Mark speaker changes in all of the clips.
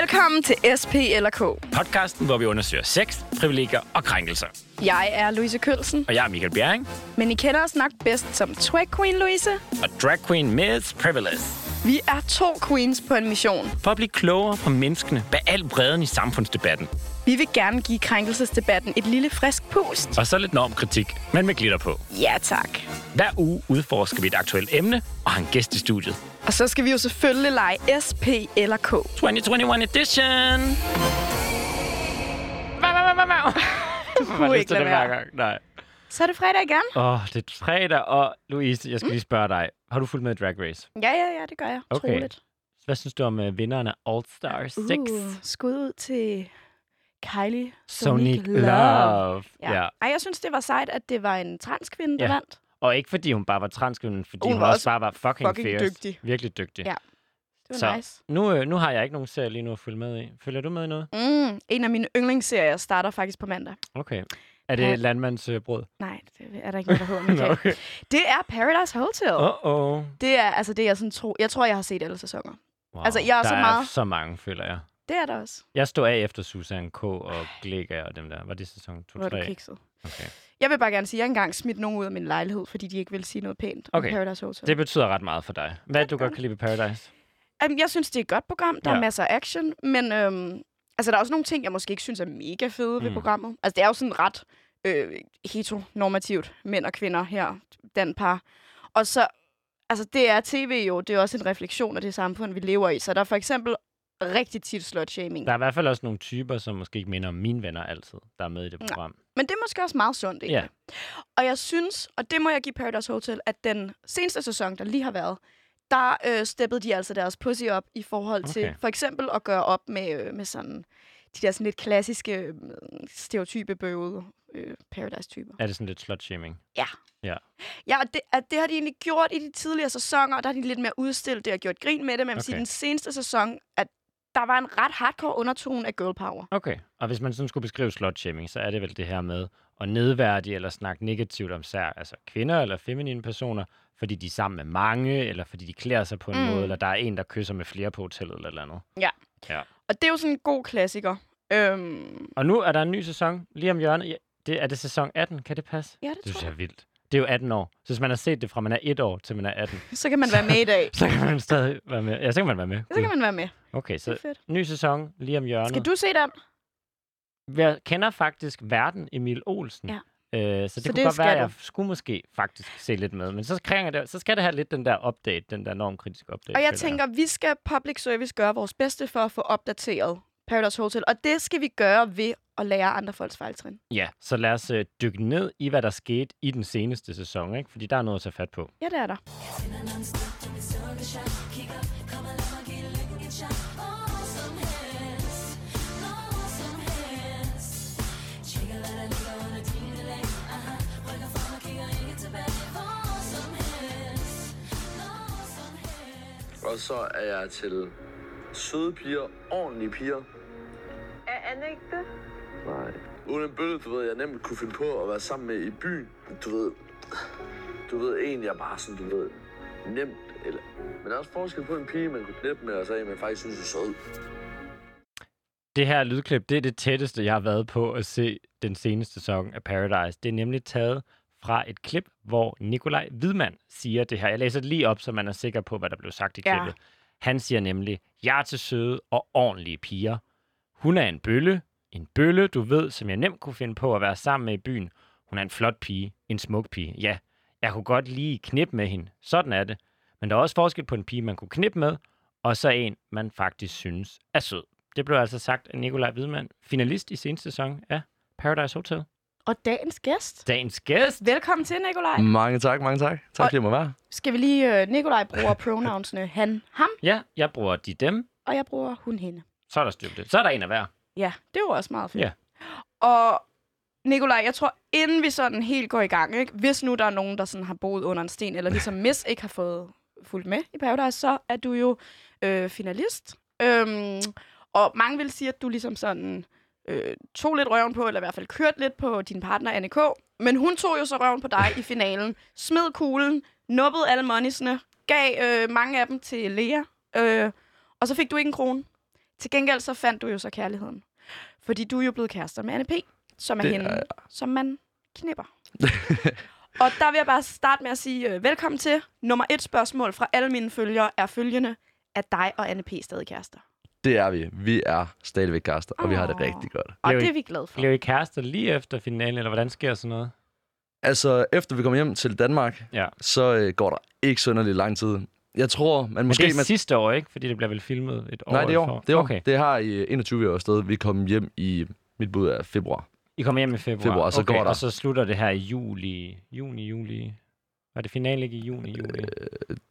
Speaker 1: Velkommen til SP eller K.
Speaker 2: Podcasten, hvor vi undersøger sex, privilegier og krænkelser.
Speaker 1: Jeg er Louise Kølsen,
Speaker 2: Og jeg er Michael Bjerring,
Speaker 1: men I kender os nok bedst som Drag Queen Louise.
Speaker 2: og Drag Queen Myths Privilege.
Speaker 1: Vi er to queens på en mission.
Speaker 2: For at blive klogere på menneskene bag al bredden i samfundsdebatten.
Speaker 1: Vi vil gerne give krænkelsesdebatten et lille frisk pust.
Speaker 2: Og så lidt normkritik, men med glitter på.
Speaker 1: Ja tak.
Speaker 2: Hver uge udforsker vi et aktuelt emne og har en gæst i studiet.
Speaker 1: Og så skal vi jo selvfølgelig lege SP eller K.
Speaker 2: 2021 edition! Wow, wow, wow, wow.
Speaker 1: kunne ikke lade være.
Speaker 2: Nej.
Speaker 1: Så er det fredag igen.
Speaker 2: Åh, oh, det er fredag, og Louise, jeg skal lige spørge dig. Har du fulgt med i Drag Race?
Speaker 1: Ja, ja, ja, det gør jeg.
Speaker 2: Okay.
Speaker 1: Troligt.
Speaker 2: Hvad synes du om uh, vinderne All Star 6?
Speaker 1: Uh, skud ud til Kylie
Speaker 2: Sonic Love.
Speaker 1: Ja. ja. Ej, jeg synes, det var sejt, at det var en transkvinde, der
Speaker 2: Ja.
Speaker 1: vandt.
Speaker 2: Og ikke fordi hun bare var transkønnet, fordi
Speaker 1: Hun
Speaker 2: hun, hun
Speaker 1: var
Speaker 2: også
Speaker 1: også
Speaker 2: bare var fucking,
Speaker 1: fucking
Speaker 2: fierce.
Speaker 1: dygtig.
Speaker 2: Virkelig dygtig.
Speaker 1: Ja. Det var
Speaker 2: Så-
Speaker 1: nice.
Speaker 2: Nu, øh, nu har jeg ikke nogen serie lige nu at følge med i. Følger du med i noget?
Speaker 1: Mm, en af mine yndlingsserier starter faktisk på mandag.
Speaker 2: Okay. Er det
Speaker 1: Ja.
Speaker 2: ja. landmandsbrød?
Speaker 1: Nej, det er der ikke noget, der hedder. men okay.
Speaker 2: okay.
Speaker 1: Det er Paradise Hotel. Oh.
Speaker 2: Uh-oh.
Speaker 1: Det er, altså, det er jeg sådan tro... Jeg tror, jeg har set alle sæsoner.
Speaker 2: Wow.
Speaker 1: Altså, jeg er
Speaker 2: der
Speaker 1: så
Speaker 2: er
Speaker 1: meget-
Speaker 2: så mange, føler jeg.
Speaker 1: Det er der også.
Speaker 2: Jeg stod af efter Susan K. og Glega og dem der. Var det sæson 2-3?
Speaker 1: Hvor er du kikset.
Speaker 2: Okay.
Speaker 1: Jeg vil bare gerne sige, at jeg engang smidt nogen ud af min lejlighed, fordi de ikke ville sige noget pænt okay.
Speaker 2: Okay.
Speaker 1: om Paradise Hotel.
Speaker 2: Det betyder ret meget for dig. Hvad er det, du godt kan lide ved Paradise?
Speaker 1: Jamen, jeg synes, det er et godt program. Der ja.
Speaker 2: Ja.
Speaker 1: er masser af action, men øhm, altså, der er også nogle ting, jeg måske ikke synes er mega fede mm. ved
Speaker 2: Mm.
Speaker 1: programmet. Altså, det er jo sådan ret øh, heteronormativt, mænd og kvinder her, den par. Og så, altså, det er tv jo, det er også en refleksion af det samfund, vi lever i. Så der er for eksempel rigtig tit slut-shaming.
Speaker 2: Der er i hvert fald også nogle typer, som måske ikke minder om mine venner altid, der er med i det
Speaker 1: Nej.
Speaker 2: program.
Speaker 1: Men det er måske også meget sundt, egentlig.
Speaker 2: Ja.
Speaker 1: Og jeg synes, og det må jeg give Paradise Hotel, at den seneste sæson, der lige har været, der øh, steppede de altså deres pussy op i forhold okay. til
Speaker 2: Okay.
Speaker 1: for eksempel at gøre op med, øh, med sådan de der sådan lidt klassiske, øh, stereotype bøvede øh, Paradise-typer.
Speaker 2: Er det sådan lidt slut-shaming?
Speaker 1: Ja, og det, at det har de egentlig gjort i de tidligere sæsoner, og der har de lidt mere udstillet det og gjort grin med det, men okay. i
Speaker 2: Okay.
Speaker 1: den seneste sæson, at der var en ret hardcore undertone af girl power.
Speaker 2: Okay, og hvis man sådan skulle beskrive slutshaming, så er det vel det her med at nedværdige eller snakke negativt om sær, altså kvinder eller feminine personer, fordi de er sammen med mange, eller fordi de klæder sig på en
Speaker 1: Mm.
Speaker 2: mm. måde, eller der er en, der kysser med flere på hotellet eller et eller andet.
Speaker 1: Og det er jo sådan en god klassiker. Øhm,
Speaker 2: Og nu er der en ny sæson lige om hjørnet. Ja, Det, er det sæson 18? Kan det passe?
Speaker 1: ja, det,
Speaker 2: Det
Speaker 1: det tror
Speaker 2: synes
Speaker 1: jeg.
Speaker 2: jeg er vildt. Det er jo 18 år. Så hvis man har set det fra man er 1 år til man er 18,
Speaker 1: Så kan man være med i dag.
Speaker 2: så kan man stadig være med. Ja, så kan man være med.
Speaker 1: Så kan
Speaker 2: Gud.
Speaker 1: man være med.
Speaker 2: Okay,
Speaker 1: Det er
Speaker 2: så
Speaker 1: fedt.
Speaker 2: ny sæson lige om hjørnet.
Speaker 1: Skal du se den?
Speaker 2: jeg kender faktisk verden Emil Olsen.
Speaker 1: Ja.
Speaker 2: Øh, så det
Speaker 1: Så
Speaker 2: så kunne
Speaker 1: det
Speaker 2: det godt være,
Speaker 1: skal
Speaker 2: at jeg
Speaker 1: du.
Speaker 2: skulle måske faktisk se lidt med. Men så, krænger det, så skal det have lidt den der update, den der normkritiske update.
Speaker 1: Og jeg
Speaker 2: føler
Speaker 1: tænker, vi skal public service gøre vores bedste for at få opdateret Paradise Hotel. Og det skal vi gøre ved at lære andre folks fejltrin.
Speaker 2: Ja, så lad os øh, dykke ned i, hvad der skete i den seneste sæson, ikke? fordi der er noget at tage fat på.
Speaker 1: Ja, det er der.
Speaker 3: Og så er jeg til søde piger, ordentlige piger.
Speaker 4: Er Anne ikke det?
Speaker 3: Nej. Uden en bølle, du ved, jeg nemt kunne finde på at være sammen med i byen. Du ved, du ved en, jeg bare sådan, du ved, nemt. Eller, men der er også forskel på en pige, man kunne knippe med, og så en, man faktisk synes er sød.
Speaker 2: Det her lydklip, det er det tætteste, jeg har været på at se den seneste sæson af Paradise. Det er nemlig taget fra et klip, hvor Nikolaj Hvidmann siger det her. Jeg læser det lige op, så man er sikker på, hvad der blev sagt i
Speaker 1: Ja.
Speaker 2: klippet. Han siger nemlig, jeg er til søde og ordentlige piger. Hun er en bølle. En bølle, du ved, som jeg nemt kunne finde på at være sammen med i byen. Hun er en flot pige. En smuk pige. Ja, jeg kunne godt lige knippe med hende. Sådan er det. Men der er også forskel på en pige, man kunne knippe med, og så en, man faktisk synes er sød. Det blev altså sagt af Nikolaj Hvidmann, finalist i seneste sæson af Paradise Hotel.
Speaker 1: Og dagens gæst.
Speaker 2: Dagens gæst!
Speaker 1: Velkommen til, Nikolaj.
Speaker 5: Mm.
Speaker 3: Mange tak, mange tak.
Speaker 1: Tak, Og-
Speaker 3: det må være.
Speaker 1: Skal vi lige... Øh, Nikolaj bruger pronounsene han, ham,
Speaker 2: Ja, jeg bruger de dem.
Speaker 1: og jeg bruger hun, hende.
Speaker 2: Så er der styr på det. Så er der en af hver.
Speaker 1: Ja, det var også meget fedt.
Speaker 2: Ja.
Speaker 1: Og Nikolaj, jeg tror, inden vi sådan helt går i gang, ikke? hvis nu der er nogen, der sådan har boet under en sten, eller ligesom Miss ikke har fået fulgt med i Paradise, så er du jo øh, finalist. Øhm, og mange vil sige, at du ligesom sådan øh, tog lidt røven på, eller i hvert fald kørte lidt på din partner, Anne K. Men hun tog jo så røven på dig i finalen, smed kuglen, nuppede alle moniesne, gav øh, mange af dem til Lea, øh, og så fik du ikke en krone. Til gengæld så fandt du jo så kærligheden. Fordi du er jo blevet kærester med Anne P., som er
Speaker 5: Det
Speaker 1: det
Speaker 5: er
Speaker 1: hende, som man knipper. og der vil jeg bare starte med at sige øh, velkommen til. Nummer et spørgsmål fra alle mine følgere er følgende. Er dig og Anne P. stadig kærester?
Speaker 5: Det er vi. Vi er stadigvæk kærester, og vi har det
Speaker 1: Åh.
Speaker 5: rigtig godt.
Speaker 1: Og
Speaker 2: Blev I-
Speaker 1: det er vi glade for.
Speaker 2: Blev I kærester lige efter finalen, eller hvordan sker sådan noget?
Speaker 5: Altså, efter vi kommer hjem til Danmark,
Speaker 2: Ja.
Speaker 5: så øh, går der ikke synderligt lang tid. Jeg tror,
Speaker 2: Måske
Speaker 5: man måske...
Speaker 2: Men det er
Speaker 5: man...
Speaker 2: sidste år, ikke? Fordi det bliver vel filmet et år
Speaker 5: Nej, det er år.
Speaker 2: for.
Speaker 5: Det, er år.
Speaker 2: Okay.
Speaker 5: det har i 21 år sted. Vi kom hjem i mit bud er februar.
Speaker 2: I kommer hjem i februar.
Speaker 5: Februar, så
Speaker 2: okay,
Speaker 5: går der-
Speaker 2: Og så slutter det her i juli. Juni, juli. Var det finale ikke i juni, juli?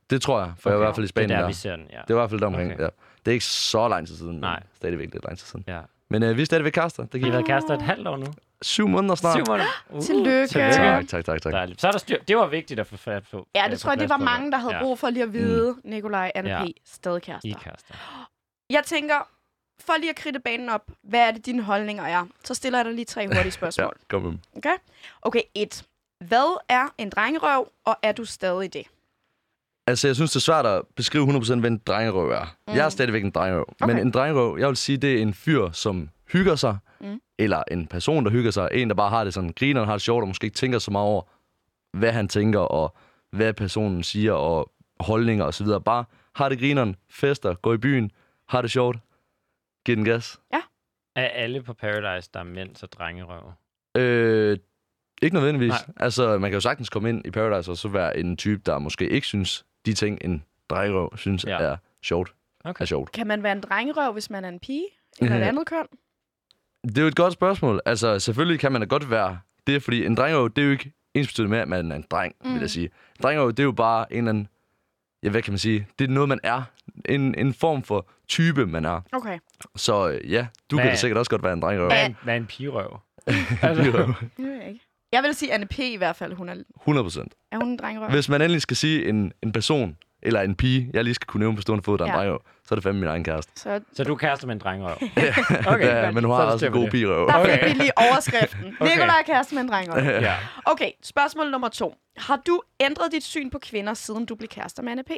Speaker 5: Det tror jeg, for okay. jeg var Øh, i hvert fald i Spanien
Speaker 2: Det er
Speaker 5: der.
Speaker 2: der, vi ser den, ja.
Speaker 5: Det var i hvert fald der omkring,
Speaker 2: Okay.
Speaker 5: okay. ja. Det er ikke så lang tid siden, men
Speaker 2: Nej.
Speaker 5: stadigvæk lidt lang tid siden.
Speaker 2: ja.
Speaker 5: Men øh, vi er stadigvæk kærester. Det
Speaker 2: I har
Speaker 5: gik
Speaker 2: været kærester et halvt år nu.
Speaker 5: syv måneder snart.
Speaker 2: Syv måneder. Uh,
Speaker 1: Tillykke.
Speaker 5: Tak, tak, tak, tak.
Speaker 2: Dejligt. Så er der styr. Det var vigtigt at få fat på. Altså,
Speaker 1: Ja, det tror jeg, det var mange, der havde
Speaker 2: ja.
Speaker 1: brug for lige at vide, mm. Nikolaj, Anne
Speaker 2: Ja.
Speaker 1: P. stadig
Speaker 2: I er
Speaker 1: kærester.
Speaker 2: kærester.
Speaker 1: Jeg tænker, for lige at kridte banen op, hvad er det, dine holdninger er? Så stiller jeg dig lige tre hurtige
Speaker 5: Ja,
Speaker 1: spørgsmål.
Speaker 5: kom med dem.
Speaker 1: Okay? Okay, et. Hvad er en drengerøv, og er du stadig det?
Speaker 5: Altså, jeg synes, det er svært at beskrive 100% hvad en drengerøv er. Mm. Jeg er stadigvæk en drengerøv. Okay. Men
Speaker 1: Okay.
Speaker 5: en drengerøv, jeg vil sige, det er en fyr, som hygger sig.
Speaker 1: Mm.
Speaker 5: Mm. Eller en person, der hygger sig. En, der bare har det sådan, griner, har det sjovt, og måske ikke tænker så meget over, hvad han tænker, og hvad personen siger, og holdninger osv. Bare har det grineren, fester, går i byen, har det sjovt, giver den gas.
Speaker 2: Er alle på Paradise, der er mænd, så drengerøv?
Speaker 5: Øh, ikke nødvendigvis.
Speaker 2: Nej.
Speaker 5: Nej. Altså, man kan jo sagtens komme ind i Paradise og så være en type, der måske ikke synes de ting, en drengerøv synes
Speaker 2: Ja.
Speaker 5: ja. er sjovt.
Speaker 2: Okay.
Speaker 5: Er sjovt.
Speaker 1: Kan man være en drengerøv, hvis man er en pige? Eller et
Speaker 2: Mhm.
Speaker 5: Ja.
Speaker 1: andet køn?
Speaker 5: Det er jo et godt spørgsmål. Altså, selvfølgelig kan man da godt være det, fordi en drengerøv, det er jo ikke ensbetydende med, at man er en dreng, mm. vil jeg sige. En drengerøv, det er jo bare en eller anden, ja, hvad kan man sige? Det er noget, man er. En, en form for type, man er.
Speaker 1: Okay.
Speaker 5: Så øh, ja, du kan
Speaker 2: Hvad-
Speaker 5: da sikkert også godt være en drengerøv.
Speaker 2: Hvad er en, hvad er en pigerøv? Altså-
Speaker 1: Det ved jeg ikke. Jeg vil sige, Anne P. i hvert fald, hun er,
Speaker 5: 100 procent.
Speaker 1: er hun en drengerøv?
Speaker 5: Hvis man endelig skal sige en, en person, eller en pige, jeg lige skal kunne nævne på stående fod, der er
Speaker 1: Ja.
Speaker 5: en drengerøv, så er det fandme min egen kæreste.
Speaker 1: Så
Speaker 2: Så du er kærester med en drengerøv?
Speaker 5: Okay, ja,
Speaker 2: godt.
Speaker 5: men hun
Speaker 2: Så
Speaker 5: har
Speaker 2: er det
Speaker 5: også
Speaker 2: styr
Speaker 5: en
Speaker 2: på
Speaker 5: god
Speaker 2: det.
Speaker 5: pirøv.
Speaker 1: der
Speaker 2: Okay.
Speaker 1: fik vi lige overskriften. okay. Nikolaj er kæreste med en drengerøv.
Speaker 2: Ja.
Speaker 1: Okay, spørgsmål nummer to. Har du ændret dit syn på kvinder, siden du blev kærester med Anne P?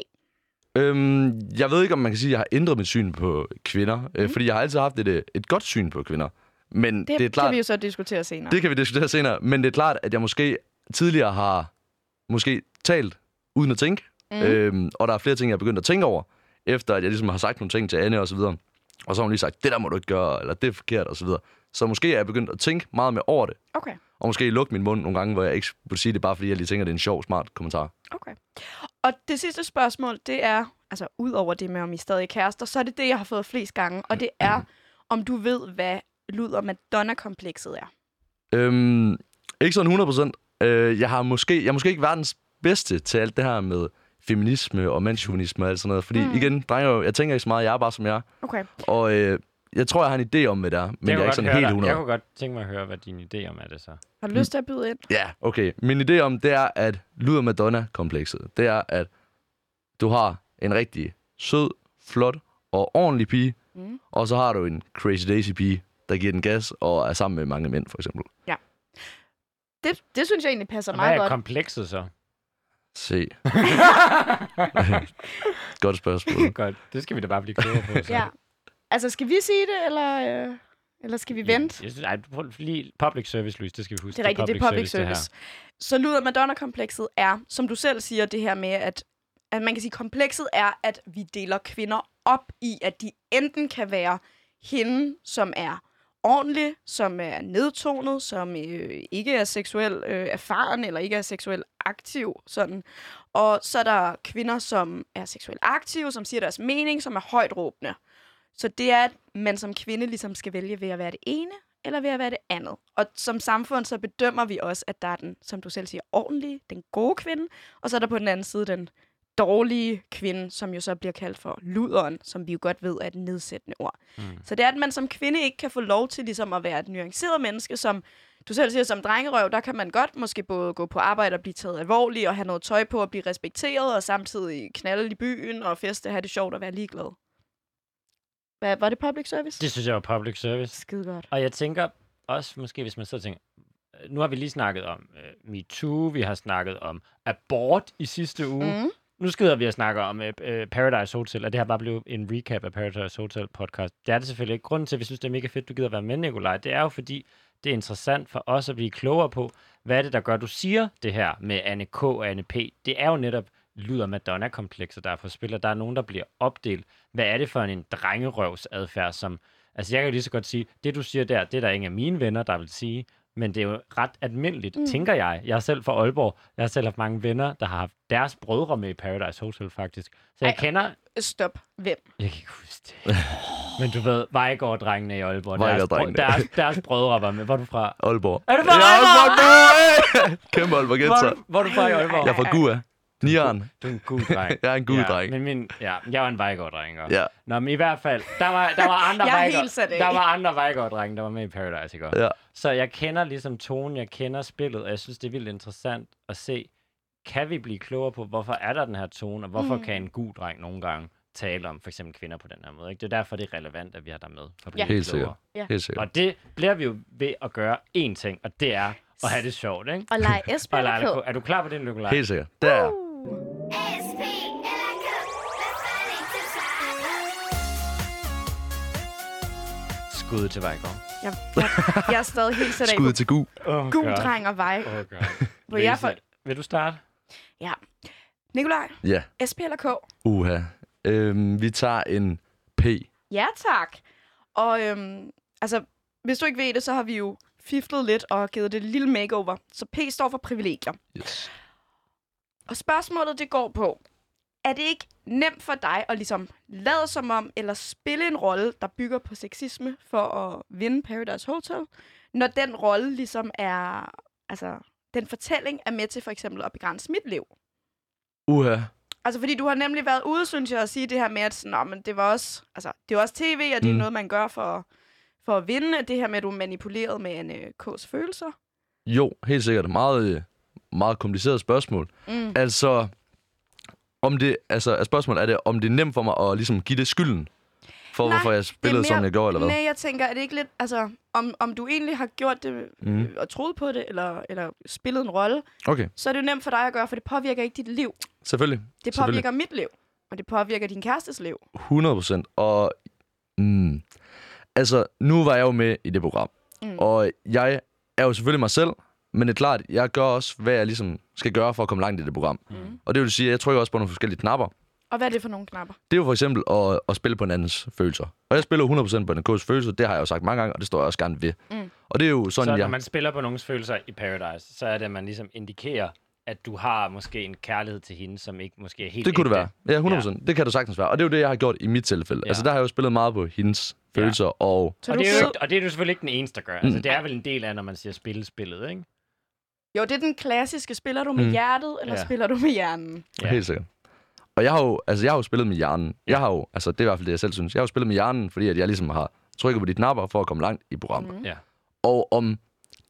Speaker 5: Øhm, jeg ved ikke, om man kan sige, at jeg har ændret mit syn på kvinder, mm. fordi jeg har altid haft et, øh, et godt syn på kvinder. Men det,
Speaker 1: Det,
Speaker 5: det er klart,
Speaker 1: kan vi jo så diskutere senere.
Speaker 5: det kan vi diskutere senere, men det er klart, at jeg måske tidligere har måske talt uden at tænke,
Speaker 1: Mhm.
Speaker 5: mm. øhm, og der er flere ting, jeg er begyndt at tænke over, efter at jeg ligesom har sagt nogle ting til Anne og så videre. Og så har hun lige sagt, det der må du ikke gøre, eller det er forkert, og så videre. Så måske er jeg begyndt at tænke meget mere over det,
Speaker 1: Okay,
Speaker 5: og måske lukke min mund nogle gange, hvor jeg ikke burde sige det, bare fordi jeg lige tænker, at det er en sjov, smart kommentar.
Speaker 1: okay. Og det sidste spørgsmål, det er, altså ud over det med, om I stadig er kærester, så er det det, jeg har fået flest gange, og det er, om du ved, hvad luder Madonna-komplekset er.
Speaker 5: Øhm, ikke sådan 100 procent. Øh, jeg, har måske, jeg er måske ikke verdens bedste til alt det her med feminisme og mandsjuvenisme og alt sådan noget. Fordi mm. igen, drenge, jeg tænker ikke så meget, jeg er bare som jeg er.
Speaker 1: Okay.
Speaker 5: Og øh, jeg tror, jeg har en idé om, hvad det er, men
Speaker 2: Det
Speaker 5: jeg er
Speaker 2: kunne
Speaker 5: ikke
Speaker 2: godt
Speaker 5: sådan
Speaker 2: høre
Speaker 5: helt
Speaker 2: dig.
Speaker 5: 100.
Speaker 2: Jeg kunne godt tænke mig at høre, hvad din idé om er det så.
Speaker 1: Har du lyst til at byde ind?
Speaker 5: Ja, okay. Min idé om, det er, at Luder Madonna-komplekset, det er, at du har en rigtig sød, flot og ordentlig pige, mm. og så har du en crazy daisy pige, der giver den gas og er sammen med mange mænd, for eksempel.
Speaker 1: Det, det synes jeg egentlig passer
Speaker 2: Og hvad
Speaker 1: meget
Speaker 2: er
Speaker 1: godt.
Speaker 2: komplekset så?
Speaker 5: Se. Godt spørgsmål.
Speaker 2: Godt. Det skal vi da bare blive klogere på. Så.
Speaker 1: ja. Altså, skal vi sige det, eller, øh, eller skal vi vente?
Speaker 2: Jeg synes, ej, du prøv lige public service, Louise, det skal vi huske.
Speaker 1: Det er rigtigt, det er public service.
Speaker 2: det
Speaker 1: Så luder Madonna-komplekset er, som du selv siger, det her med, at, at man kan sige, komplekset er, at vi deler kvinder op i, at de enten kan være hende, som er ordentlig, som er nedtonet, som øh, ikke er seksuel øh, erfaren eller ikke er seksuel aktiv. Sådan. Og så er der kvinder, som er seksuelt aktive, som siger deres mening, som er højt råbende. Så det er, at man som kvinde ligesom skal vælge ved at være det ene, eller ved at være det andet. Og som samfund, så bedømmer vi også, at der er den, som du selv siger, ordentlige, den gode kvinde, og så er der på den anden side den dårlige kvinde, som jo så bliver kaldt for luderen, som vi jo godt ved er et nedsættende ord. Mm. Så det er, at man som kvinde ikke kan få lov til ligesom at være et nuanceret menneske, som du selv siger, som drengerøv, der kan man godt måske både gå på arbejde og blive taget alvorligt, og have noget tøj på og blive respekteret, og samtidig knalde i byen og feste, have det sjovt og være ligeglad. Hvad, var det public service?
Speaker 2: Det synes jeg var public service.
Speaker 1: Skide godt.
Speaker 2: Og jeg tænker også, måske hvis man så tænker, øh, nu har vi lige snakket om øh, MeToo, vi har snakket om abort i sidste uge. Mm. nu skider vi og snakker om øh, øh, Paradise Hotel, og det her bare blevet en recap af Paradise Hotel podcast. Det er det selvfølgelig ikke. Grunden til, at vi synes, det er mega fedt, du gider være med, Nikolaj, det er jo fordi, det er interessant for os at blive klogere på, hvad er det, der gør, du siger det her med Anne K. og Anne P. Det er jo netop luder Madonna-komplekser, der er på spil, og der er nogen, der bliver opdelt. Hvad er det for en drengerøvs adfærd, som... Altså, jeg kan jo lige så godt sige, det du siger der, det er der ingen af mine venner, der vil sige, men det er jo ret almindeligt, mm. tænker jeg. Jeg er selv fra Aalborg. Jeg har selv haft mange venner, der har haft deres brødre med i Paradise Hotel, faktisk. Så jeg
Speaker 1: Ej.
Speaker 2: Ej. kender...
Speaker 1: Stop. Hvem?
Speaker 2: Jeg kan ikke huske det. Men du ved, Vejgaard-drengene i Aalborg, deres, brø-
Speaker 5: Vejgaard-drengene.
Speaker 2: deres, deres brødre var med. Hvor er du fra?
Speaker 5: Aalborg.
Speaker 2: Er du fra
Speaker 5: Jeg er
Speaker 2: Aalborg?
Speaker 5: fra Gud! Kæmpe Aalborg
Speaker 2: Hvor,
Speaker 5: Gætser.
Speaker 2: er du- hvor er du fra i Aalborg?
Speaker 5: Jeg er fra Gua. Nieren.
Speaker 2: Du er en god dreng.
Speaker 5: Jeg er en god
Speaker 2: ja,
Speaker 5: dreng.
Speaker 2: Men min, ja, jeg var en Vejgaard-dreng. ikke?
Speaker 5: Ja.
Speaker 2: Nå, men i hvert fald, der var, der var andre
Speaker 1: Jeg er helt
Speaker 2: Vejgaard,
Speaker 1: sat af.
Speaker 2: der var andre Vejgaard-drenge, der var med i Paradise, ikke? også?
Speaker 5: Ja.
Speaker 2: Så jeg kender ligesom tonen, jeg kender spillet, og jeg synes, det er vildt interessant at se, kan vi blive klogere på, hvorfor er der den her tone, og hvorfor mm. kan en god dreng nogle gange tale om for eksempel kvinder på den her måde. Ikke? Det er derfor, det er relevant, at vi har dig med. For at blive
Speaker 1: Ja.
Speaker 5: Helt
Speaker 2: klogere.
Speaker 5: sikkert. Helt sikkert.
Speaker 2: Og det bliver vi jo ved at gøre én ting, og det er at have det sjovt. Ikke?
Speaker 6: Og lege
Speaker 2: Og Leila,
Speaker 6: Esbjerg
Speaker 2: er du klar på det, Nicolaj?
Speaker 5: Helt sikkert. Der er jeg.
Speaker 2: Skud til Vejgaard.
Speaker 1: Jeg, jeg, jeg er stadig helt sat af på
Speaker 5: Skud til Gu.
Speaker 2: Oh,
Speaker 1: gul dreng og vej.
Speaker 2: Oh, God.
Speaker 1: Hvor jeg for...
Speaker 2: Vil du starte?
Speaker 1: Ja. Nikolaj,
Speaker 5: Ja.
Speaker 1: SP eller K?
Speaker 5: Uha. Øhm, vi tager en P.
Speaker 1: Ja, tak. Og øhm, altså, hvis du ikke ved det, så har vi jo fiflet lidt og givet det et lille makeover. Så P står for privilegier.
Speaker 5: Yes.
Speaker 1: Og spørgsmålet det går på, er det ikke nemt for dig at ligesom lade som om, eller spille en rolle, der bygger på sexisme for at vinde Paradise Hotel, når den rolle ligesom er, altså, den fortælling er med til for eksempel at begrænse mit liv?
Speaker 5: Uha.
Speaker 1: Altså, fordi du har nemlig været ude, synes jeg, at sige det her med, at sådan, "Nå, men det var også, altså, det er også tv, og det mm.
Speaker 5: Mm.
Speaker 1: er noget, man gør for, for at vinde. Det her med, at du er manipuleret med en øh, K's følelser.
Speaker 5: Jo, helt sikkert. Meget, øh, meget kompliceret spørgsmål.
Speaker 1: Mm.
Speaker 5: Altså, om det, altså, er spørgsmålet er det, om det er nemt for mig at ligesom give det skylden, for
Speaker 1: Nej,
Speaker 5: Nej, hvorfor jeg spillede,
Speaker 1: mere-
Speaker 5: som jeg gjorde, eller hvad?
Speaker 1: Nej, jeg tænker, er det ikke lidt, altså, om, om du egentlig har gjort det
Speaker 5: Mm.
Speaker 1: mm. og troet på det, eller, eller spillet en rolle,
Speaker 5: Okay,
Speaker 1: så er det jo nemt for dig at gøre, for det påvirker ikke dit liv.
Speaker 5: selvfølgelig.
Speaker 1: Det
Speaker 5: Selvfølgelig.
Speaker 1: påvirker mit liv, og det påvirker din kærestes liv.
Speaker 5: 100 procent. Og mm, altså, nu var jeg jo med i det program.
Speaker 1: Mm.
Speaker 5: Mm. Og jeg er jo selvfølgelig mig selv, men det er klart, jeg gør også, hvad jeg ligesom skal gøre for at komme langt i det program.
Speaker 2: Mm.
Speaker 5: Mm. Og det vil sige, at jeg trykker også på nogle forskellige knapper.
Speaker 1: Og hvad er det for nogle knapper?
Speaker 5: Det er jo for eksempel at, at spille på en andens følelser. Og jeg spiller jo 100% på en andens følelser, det har jeg jo sagt mange gange, og det står jeg også gerne ved.
Speaker 1: Mm.
Speaker 5: Og det er jo sådan,
Speaker 2: så når
Speaker 5: jeg...
Speaker 2: man spiller på nogens følelser i Paradise, så er det, at man ligesom indikerer, at du har måske en kærlighed til hende, som ikke måske er helt
Speaker 5: Det kunne det
Speaker 2: ægte.
Speaker 5: være. Ja, 100%. Ja. Det kan du sagtens være. Og det er jo det, jeg har gjort i mit tilfælde.
Speaker 2: Ja.
Speaker 5: Ja. Altså, der har jeg jo spillet meget på hendes følelser, ja. og...
Speaker 1: Så
Speaker 2: og,
Speaker 1: du
Speaker 2: det er
Speaker 1: ved-
Speaker 2: jo ikke, og det er du selvfølgelig ikke den eneste, der gør.
Speaker 5: Mm.
Speaker 2: Altså, det er vel en del af, når man siger spille spillet, ikke?
Speaker 1: Jo, det er den klassiske, spiller du med mm.
Speaker 5: Mm.
Speaker 1: hjertet, eller
Speaker 2: Ja.
Speaker 1: ja. spiller du med hjernen?
Speaker 2: Ja.
Speaker 5: Ja. Helt sikkert. Og jeg har jo, altså, jeg har jo spillet med hjernen. Jeg har jo, altså, det er i hvert fald det, jeg selv synes. Jeg har jo spillet med hjernen, fordi at jeg ligesom har trykket på de knapper for at komme langt i programmet.
Speaker 1: Mm.
Speaker 2: Ja.
Speaker 5: Og om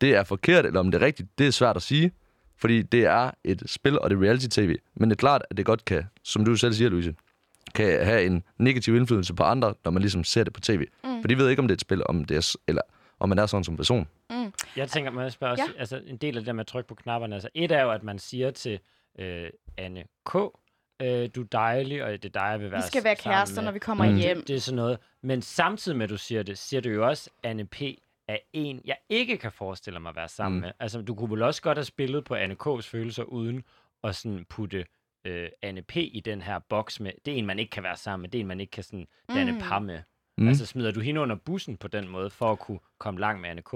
Speaker 5: det er forkert, eller om det er rigtigt, det er svært at sige. Fordi det er et spil, og det er reality-tv. Men det er klart, at det godt kan, som du selv siger, Louise, kan have en negativ indflydelse på andre, når man ligesom ser det på tv. Mm. For de ved ikke, om det er et spil, om det er, s- eller om man er sådan som person.
Speaker 2: Jeg tænker, man spørger også, ja. altså en del af det der med at trykke på knapperne, altså et er jo, at man siger til øh, Anne K., øh, du er dejlig, og det er dig, jeg vil være
Speaker 1: skal være
Speaker 2: sammen
Speaker 1: kærester,
Speaker 2: med.
Speaker 1: når vi kommer
Speaker 5: Mm.
Speaker 1: hjem.
Speaker 2: Det, det er sådan noget. Men samtidig med, at du siger det, siger du jo også, Anne P. er en, jeg ikke kan forestille mig at være sammen mm.
Speaker 5: Mm.
Speaker 2: med. Altså, du kunne vel også godt have spillet på Anne K.'s følelser, uden at sådan putte øh, Anne P. i den her boks med, det er en, man ikke kan være sammen med, det er en, man ikke kan sådan danne
Speaker 1: Mm.
Speaker 2: mm. par med. Mm.
Speaker 5: Mm.
Speaker 2: Altså, smider du hende under bussen på den måde, for at kunne komme langt med Anne K.?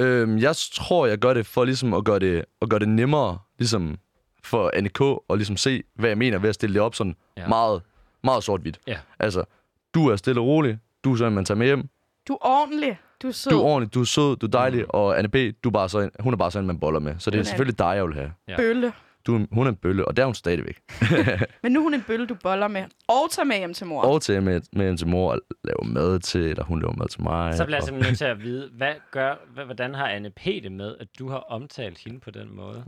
Speaker 5: Øhm, jeg tror, jeg gør det for ligesom at gøre det, at gøre det nemmere ligesom for Anne K. og ligesom se, hvad jeg mener ved at stille det op sådan
Speaker 2: Ja.
Speaker 5: ja. meget, meget sort-hvidt.
Speaker 2: Ja.
Speaker 5: Altså, du er stille og rolig, du er sådan, man tager med hjem,
Speaker 1: Du er ordentlig. Du er sød.
Speaker 5: du er ordentlig, du er sød, du er dejlig, mm. og Anne B., du er bare sådan, hun er bare sådan, man boller med. Så det
Speaker 1: Hun
Speaker 5: er
Speaker 1: er-
Speaker 5: selvfølgelig dig, jeg vil have.
Speaker 2: Ja.
Speaker 1: bølle.
Speaker 5: Du, er en- hun er en bølle, og det er hun stadigvæk.
Speaker 1: Men nu er hun en bølle, du boller med. Og tager med hjem til mor.
Speaker 5: Og til med, med hende til mor og lave mad til, eller hun laver mad til mig.
Speaker 2: Så bliver jeg
Speaker 5: og...
Speaker 2: simpelthen nødt til at vide, hvad gør, hvad, hvordan har Anne P. det med, at du har omtalt hende på den måde?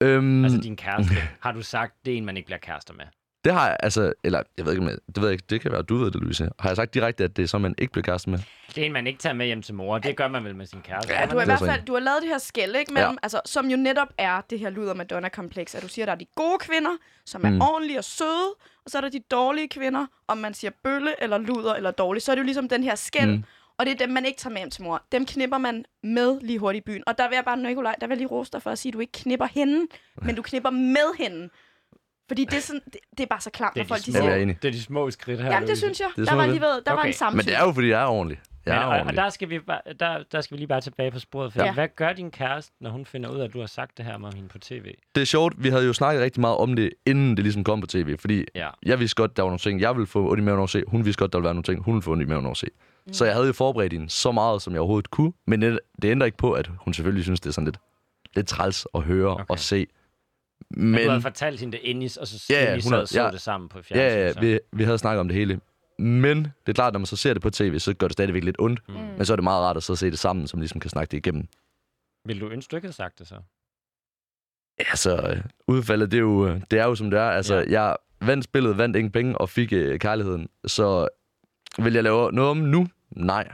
Speaker 5: øhm, Mm.
Speaker 2: Altså din kæreste. Har du sagt, det er en, man ikke bliver kærester med?
Speaker 5: Det har jeg, altså, eller jeg ved ikke, om jeg, det ved jeg ikke, det kan være, du ved det, Louise. Har jeg sagt direkte, at det er så, man ikke bliver kæresten med?
Speaker 2: Det er en, man ikke tager med hjem til mor. Det gør man vel med sin kæreste.
Speaker 1: Ja, du har i
Speaker 5: det er
Speaker 1: hvert
Speaker 5: så
Speaker 1: fald
Speaker 5: en.
Speaker 1: du har lavet det her skæld, ikke? Mellem, ja. altså, som jo netop er det her luder Madonna-kompleks, at du siger, at der er de gode kvinder, som er
Speaker 5: Mm.
Speaker 1: mm. ordentlige og søde, og så er der de dårlige kvinder, om man siger bølle eller luder eller dårlig, så er det jo ligesom den her skæld,
Speaker 5: Mm.
Speaker 1: mm. og det er dem, man ikke tager med hjem til mor. Dem knipper man med lige hurtigt i byen. Og der vil jeg bare, Nikolaj, der vil jeg lige rose dig for at sige, at du ikke knipper hende, men du knipper med hende. Fordi det er, sådan, det, det er bare så klamt,
Speaker 2: Det
Speaker 1: når
Speaker 2: er, de
Speaker 1: folk de
Speaker 2: små,
Speaker 5: Ja,
Speaker 1: siger,
Speaker 5: jeg er enig.
Speaker 2: det er de små skridt her.
Speaker 1: jamen det
Speaker 2: Louise.
Speaker 1: synes jeg,
Speaker 5: Det er
Speaker 1: der
Speaker 5: sådan
Speaker 1: var
Speaker 5: noget.
Speaker 1: alligevel, der var en
Speaker 2: Okay.
Speaker 1: samtale.
Speaker 5: Men det er jo, fordi jeg er ordentlig. Jeg er
Speaker 2: Men, og, og
Speaker 5: ordentlig.
Speaker 2: der, skal vi, bare- der, der skal vi lige bare tilbage på sporet. For
Speaker 1: Ja.
Speaker 2: ja. Hvad gør din kæreste, når hun finder ud af, at du har sagt det her med hende på tv?
Speaker 5: Det er sjovt, vi havde jo snakket rigtig meget om det, inden det ligesom kom på tv, fordi
Speaker 2: Ja.
Speaker 5: jeg vidste godt, der var nogle ting, jeg ville få ondt i maven over at se. Hun vidste godt, der ville være nogle ting, hun ville få ondt i maven over at se. Mm. Så jeg havde jo forberedt hende så meget, som jeg overhovedet kunne. Men det, det ændrer ikke på, at hun selvfølgelig synes, det er sådan lidt, lidt træls at høre okay. og se. Men,
Speaker 2: Men... Du havde fortalt hende det inden, og så
Speaker 5: Ja,
Speaker 2: ja,
Speaker 5: ja,
Speaker 2: vi sad
Speaker 5: 100,
Speaker 2: og så
Speaker 5: ja.
Speaker 2: det sammen på fjernsynet.
Speaker 5: ja, ja, vi, vi havde snakket om det hele. Men det er klart, når man så ser det på tv, så gør det stadigvæk lidt ondt. Mm. Men så er det meget rart at så se det sammen, som ligesom kan snakke det igennem.
Speaker 2: Vil du ønske, du ikke havde sagt det så?
Speaker 5: Altså, øh, udfaldet, det er jo, øh, det er jo som det er. Altså, ja. jeg vandt spillet, vandt ingen penge og fik øh, kærligheden. Så øh, vil jeg lave noget om nu? Nej,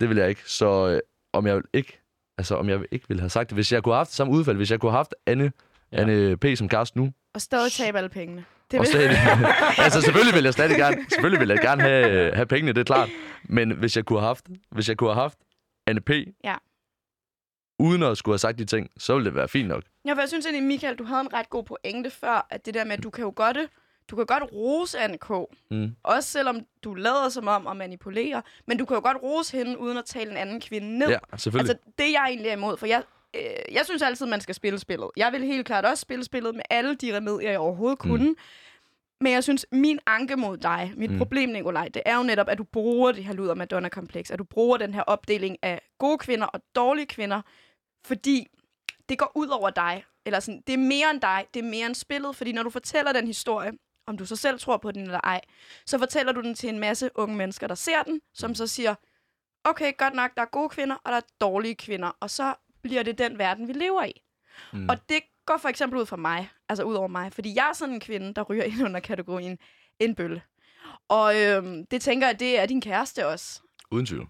Speaker 5: det vil jeg ikke. Så øh, om jeg vil ikke, altså om jeg ikke ville have sagt det, hvis jeg kunne have haft det samme udfald, hvis jeg kunne have haft Anne, ja.
Speaker 2: Ja.
Speaker 5: Anne øh, P. som kæreste nu,
Speaker 1: Og stadig tabe alle pengene. Det
Speaker 5: og
Speaker 1: vil-
Speaker 5: stadig, altså selvfølgelig vil jeg stadig gerne, selvfølgelig vil jeg gerne have, øh, have pengene, det er klart. Men hvis jeg kunne have haft, hvis jeg kunne have haft Anne P.
Speaker 1: Ja.
Speaker 5: uden at skulle have sagt de ting, så ville det være fint nok.
Speaker 1: Ja, for jeg synes egentlig, Michael, du havde en ret god pointe før, at det der med, at du kan jo godt, du kan godt rose Anne K.
Speaker 5: Mm.
Speaker 1: Også selvom du lader som om at manipulere, men du kan jo godt rose hende, uden at tale en anden kvinde ned.
Speaker 5: Ja, selvfølgelig.
Speaker 1: altså, det er jeg egentlig er imod, for jeg, øh, jeg synes altid, man skal spille spillet. Jeg vil helt klart også spille spillet med alle de remedier, jeg overhovedet
Speaker 5: Mm.
Speaker 1: kunne. Men jeg synes, min anke mod dig, mit
Speaker 5: Mm.
Speaker 1: mm. problem, Nikolaj, det er jo netop, at du bruger det her luder Madonna-kompleks, at du bruger den her opdeling af gode kvinder og dårlige kvinder, fordi det går ud over dig. Eller sådan, det er mere end dig, det er mere end spillet, fordi når du fortæller den historie, om du så selv tror på den eller ej, så fortæller du den til en masse unge mennesker, der ser den, som så siger, okay, godt nok, der er gode kvinder, og der er dårlige kvinder, og så bliver det den verden, vi lever i.
Speaker 5: Mm.
Speaker 1: Mm. Og det går for eksempel ud for mig, altså ud over mig, fordi jeg er sådan en kvinde, der ryger ind under kategorien en bølle. Og øhm, det tænker jeg, det er din kæreste også.
Speaker 5: Uden tvivl.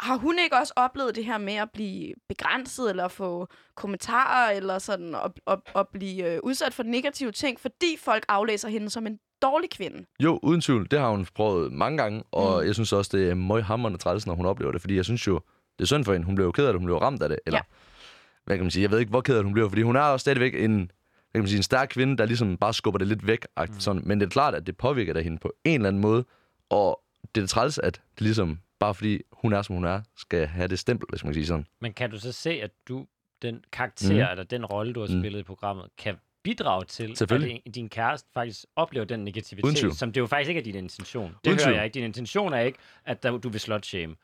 Speaker 1: Har hun ikke også oplevet det her med at blive begrænset, eller få kommentarer, eller sådan, at, at, at blive øh, udsat for negative ting, fordi folk aflæser hende som en dårlig kvinde?
Speaker 5: Jo, uden tvivl. Det har hun prøvet mange gange, og mm.
Speaker 1: Mm.
Speaker 5: jeg synes også, det er møghammerende træls, når hun oplever det, fordi jeg synes jo, det er synd for hende. Hun blev jo ked af det, hun blev ramt af det, eller ja.
Speaker 1: Ja.
Speaker 5: hvad kan man sige, jeg ved ikke, hvor ked af det, hun bliver, fordi hun er også stadigvæk en, hvad kan man sige, en stærk kvinde, der ligesom bare skubber det lidt væk, mm. sådan. men det er klart, at det påvirker da hende på en eller anden måde, og det er træls, at det ligesom, bare fordi hun er, som hun er, skal have det stempel, hvis man kan sige sådan.
Speaker 2: Men kan du så se, at du den karakter, mm. eller den rolle, du har
Speaker 5: Mm.
Speaker 2: spillet mm. i programmet, kan bidrage til,
Speaker 5: Selvfølgelig.
Speaker 2: at din- din kæreste faktisk oplever den negativitet,
Speaker 5: Uden tvivl.
Speaker 2: som det jo faktisk ikke er din intention. Det
Speaker 5: Uden tvivl.
Speaker 2: hører jeg ikke. Din intention er ikke, at der, du vil slot shame.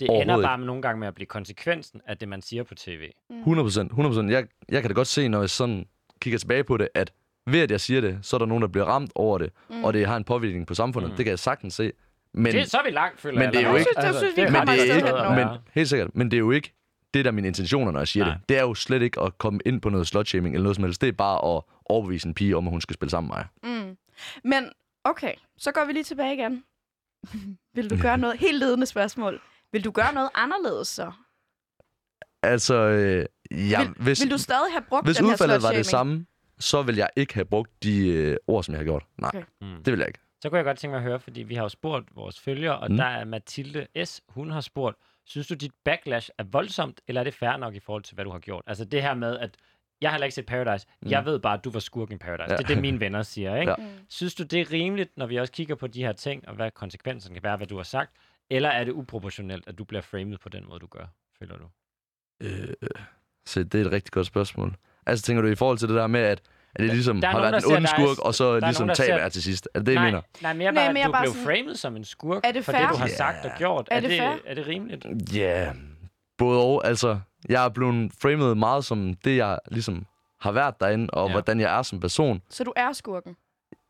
Speaker 2: Det
Speaker 5: Overhovedet
Speaker 2: ender
Speaker 5: ikke.
Speaker 2: bare med nogle gange med at blive konsekvensen af det, man siger på tv.
Speaker 5: 100%, 100%. Jeg, jeg kan da godt se, når jeg sådan kigger tilbage på det, at ved at jeg siger det, så er der nogen, der bliver ramt over det, mm. og det har en påvirkning på samfundet. Mm. Det kan jeg sagtens se. Men,
Speaker 2: det, så er vi langt, føler
Speaker 5: men
Speaker 2: jeg.
Speaker 5: det er jo
Speaker 2: allerede.
Speaker 5: ikke-
Speaker 1: Jeg synes- jeg synes, vi
Speaker 2: det er
Speaker 1: kommer
Speaker 5: men
Speaker 2: ret
Speaker 5: det
Speaker 1: et
Speaker 5: er
Speaker 1: sted
Speaker 5: ikke,
Speaker 1: hen nu.
Speaker 5: men, helt sikkert, men det er jo ikke det, der er mine intentioner, når jeg siger Nej.
Speaker 2: Nej.
Speaker 5: det. Det er jo slet ikke at komme ind på noget slutshaming eller noget som helst. Det er bare at overbevise en pige om, at hun skal spille sammen med mig.
Speaker 1: Mm. Men okay, så går vi lige tilbage igen. Vil du gøre noget? Helt ledende spørgsmål. Vil du gøre noget anderledes så?
Speaker 5: Altså, øh, ja,
Speaker 1: vil,
Speaker 5: hvis,
Speaker 1: vil du stadig have brugt
Speaker 5: hvis
Speaker 1: den her
Speaker 5: udfaldet var det
Speaker 1: slutshaming?
Speaker 5: samme, så vil jeg ikke have brugt de øh, ord, som jeg har gjort. Nej, okay.
Speaker 1: Okay.
Speaker 2: Mm.
Speaker 5: det vil jeg ikke.
Speaker 2: Så kunne jeg godt tænke mig at høre, fordi vi har jo spurgt vores følgere, og
Speaker 5: Mm.
Speaker 2: mm. der er Mathilde S., hun har spurgt, synes du, dit backlash er voldsomt, eller er det fair nok i forhold til, hvad du har gjort? Altså det her med, at jeg har heller ikke set Paradise. Mm. Jeg ved bare, at du var skurken i Paradise.
Speaker 5: Ja.
Speaker 2: Ja. Det er det, mine venner siger, ikke?
Speaker 5: Ja.
Speaker 2: Ja.
Speaker 1: Mm.
Speaker 2: Synes du, det er rimeligt, når vi også kigger på de her ting, og hvad konsekvensen kan være, hvad du har sagt? Eller er det uproportionelt, at du bliver framed på den måde, du gør, føler du?
Speaker 5: Øh, så det er et rigtig godt spørgsmål. Altså, tænker du i forhold til det der med, at, at det ligesom
Speaker 2: Der er
Speaker 5: har
Speaker 2: nogen,
Speaker 5: været
Speaker 2: der
Speaker 5: den
Speaker 2: ser,
Speaker 5: onde
Speaker 2: der er-
Speaker 5: skurk, og så
Speaker 2: der er
Speaker 5: ligesom
Speaker 2: nogen, der
Speaker 5: taber
Speaker 2: ser-
Speaker 5: er til sidst? Er det det, jeg
Speaker 2: nej,
Speaker 5: mener?
Speaker 2: nej, mere
Speaker 1: Nej,
Speaker 2: bare,
Speaker 1: mere
Speaker 2: at du
Speaker 1: bare
Speaker 2: blev
Speaker 1: sådan-
Speaker 2: framed som en skurk
Speaker 1: Er det
Speaker 2: for
Speaker 1: fair?
Speaker 2: det, du har sagt og gjort.
Speaker 1: Er det fair?
Speaker 2: er det rimeligt?
Speaker 5: Ja, yeah. både og. Altså, jeg er blevet framed meget som det, jeg ligesom har været derinde, og ja.
Speaker 2: Ja.
Speaker 5: hvordan jeg er som person.
Speaker 1: Så du er skurken.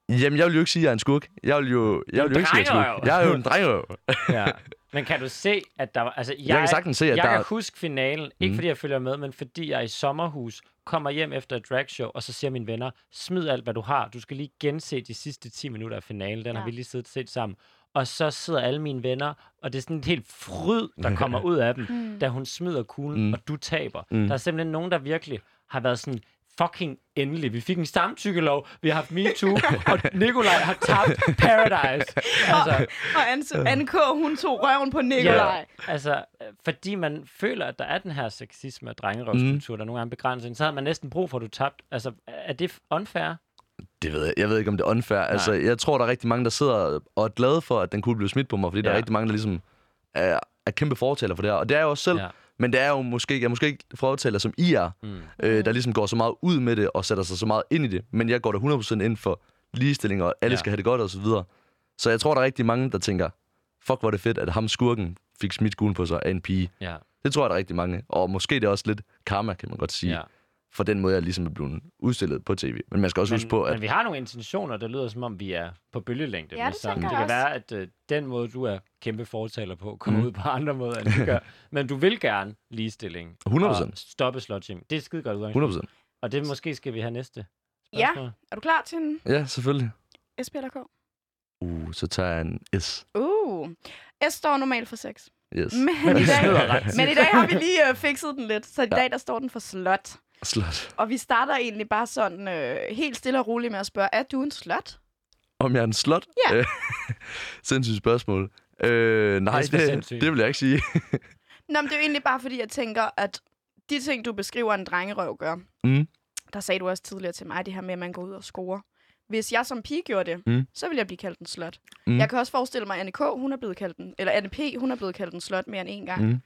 Speaker 5: Jamen, jeg vil jo ikke sige, at jeg er en skurk. Jeg vil jo, jeg vil jo ikke sige, at jeg er en
Speaker 2: drengerøv.
Speaker 5: skurk. Jeg er jo
Speaker 2: Ja.
Speaker 5: en drengerøv.
Speaker 2: Men kan du se, at der var... Altså, jeg,
Speaker 5: kan sagtens se, at
Speaker 2: jeg
Speaker 5: der
Speaker 2: Jeg
Speaker 5: er-
Speaker 2: kan huske finalen, ikke
Speaker 5: Mhm.
Speaker 2: fordi jeg følger med, men fordi jeg er i sommerhus, kommer hjem efter et dragshow, og så siger mine venner, smid alt, hvad du har. Du skal lige gense de sidste 10 minutter af finalen. Den ja. har
Speaker 1: Ja.
Speaker 2: vi lige siddet set sammen. Og så sidder alle mine venner, og det er sådan et helt fryd,
Speaker 5: Mhm.
Speaker 2: der kommer ud af dem, mm. da hun smider kuglen,
Speaker 5: Mm.
Speaker 2: mm. og du taber.
Speaker 5: Mm.
Speaker 2: Mm. Der er simpelthen nogen, der virkelig har været sådan, fucking endelig. Vi fik en samtykkelov, vi har haft MeToo, og Nikolaj har tabt Paradise. Altså,
Speaker 1: Og Anse-
Speaker 5: Øh.
Speaker 1: NK, hun tog røven på Nikolaj.
Speaker 2: altså, øh, fordi man føler, at der er den her sexisme og
Speaker 5: Mhm.
Speaker 2: drengerøvskultur, mm. der nogle gange begrænser en, så havde man næsten brug for, at du tabte. Altså, er det unfair?
Speaker 5: Det ved jeg. jeg ved ikke, om det er unfair. Altså, jeg tror, der er rigtig mange, der sidder og er glade for, at den kunne blive smidt på mig, fordi ja. der er
Speaker 2: Ja.
Speaker 5: rigtig mange, der ligesom er, er kæmpe fortaler for det her. Og det er jeg også selv. Ja.
Speaker 2: Ja.
Speaker 5: Men det er jo måske, jeg er måske ikke fortaler, som I er, mm. øh, der ligesom går så meget ud med det og sætter sig så meget ind i det. Men jeg går da 100% ind for ligestilling, og alle ja.
Speaker 2: Ja.
Speaker 5: skal have det godt og så videre. Så jeg tror, der er rigtig mange, der tænker, fuck, hvor er det fedt, at ham skurken fik smidt guden på sig af en pige.
Speaker 2: Ja.
Speaker 5: Det tror jeg, der er rigtig mange. Og måske det er også lidt karma, kan man godt sige, ja.
Speaker 2: ja.
Speaker 5: for den måde, jeg ligesom er blevet udstillet på tv. Men man skal også men,
Speaker 2: Men,
Speaker 5: huske på, at
Speaker 2: men vi har nogle intentioner, der lyder som om, vi er på bølgelængde.
Speaker 1: Ja,
Speaker 2: med
Speaker 1: det
Speaker 2: sammen.
Speaker 1: tænker
Speaker 2: det
Speaker 1: jeg
Speaker 2: kan være, at øh, den måde, du er kæmpe fortaler på, kommer
Speaker 5: Mhm.
Speaker 2: mm. ud på andre måder, end du gør. Men du vil gerne ligestilling.
Speaker 5: 100%.
Speaker 2: Og stoppe slotching. Det er et skide godt udgangspunkt.
Speaker 5: 100%.
Speaker 2: Og det måske skal vi have næste
Speaker 1: Ja.
Speaker 2: spørgsmål.
Speaker 1: Er du klar til en
Speaker 5: Ja, selvfølgelig.
Speaker 1: SPLK?
Speaker 5: Uh, så tager jeg en S.
Speaker 1: Uh. S står normalt for sex.
Speaker 5: Yes.
Speaker 1: Men i, dag,
Speaker 2: snyder ret
Speaker 1: men i dag har vi lige øh, fikset den lidt, så i dag der står den for slot.
Speaker 5: Slot.
Speaker 1: Og vi starter egentlig bare sådan øh, helt stille og roligt med at spørge, er du en slot?
Speaker 5: Om jeg er en slot?
Speaker 1: Ja.
Speaker 5: Øh, Sindssygt spørgsmål. Øh, nej,
Speaker 2: Det er
Speaker 5: det,
Speaker 2: sindssygt.
Speaker 5: det vil jeg ikke sige.
Speaker 1: Nå, men det er jo egentlig bare fordi, jeg tænker, at de ting, du beskriver, en drengerøv gør,
Speaker 5: Mm.
Speaker 1: der sagde du også tidligere til mig, det her med, at man går ud og scorer. Hvis jeg som pige gjorde det,
Speaker 5: Mm.
Speaker 1: mm. så ville jeg blive kaldt en slot.
Speaker 5: Mm.
Speaker 1: Mm. Jeg kan også forestille mig, at Anne K, hun er blevet kaldt en, eller Anne P, hun er blevet kaldt en slot mere end en gang.
Speaker 5: Mm.
Speaker 1: Mm.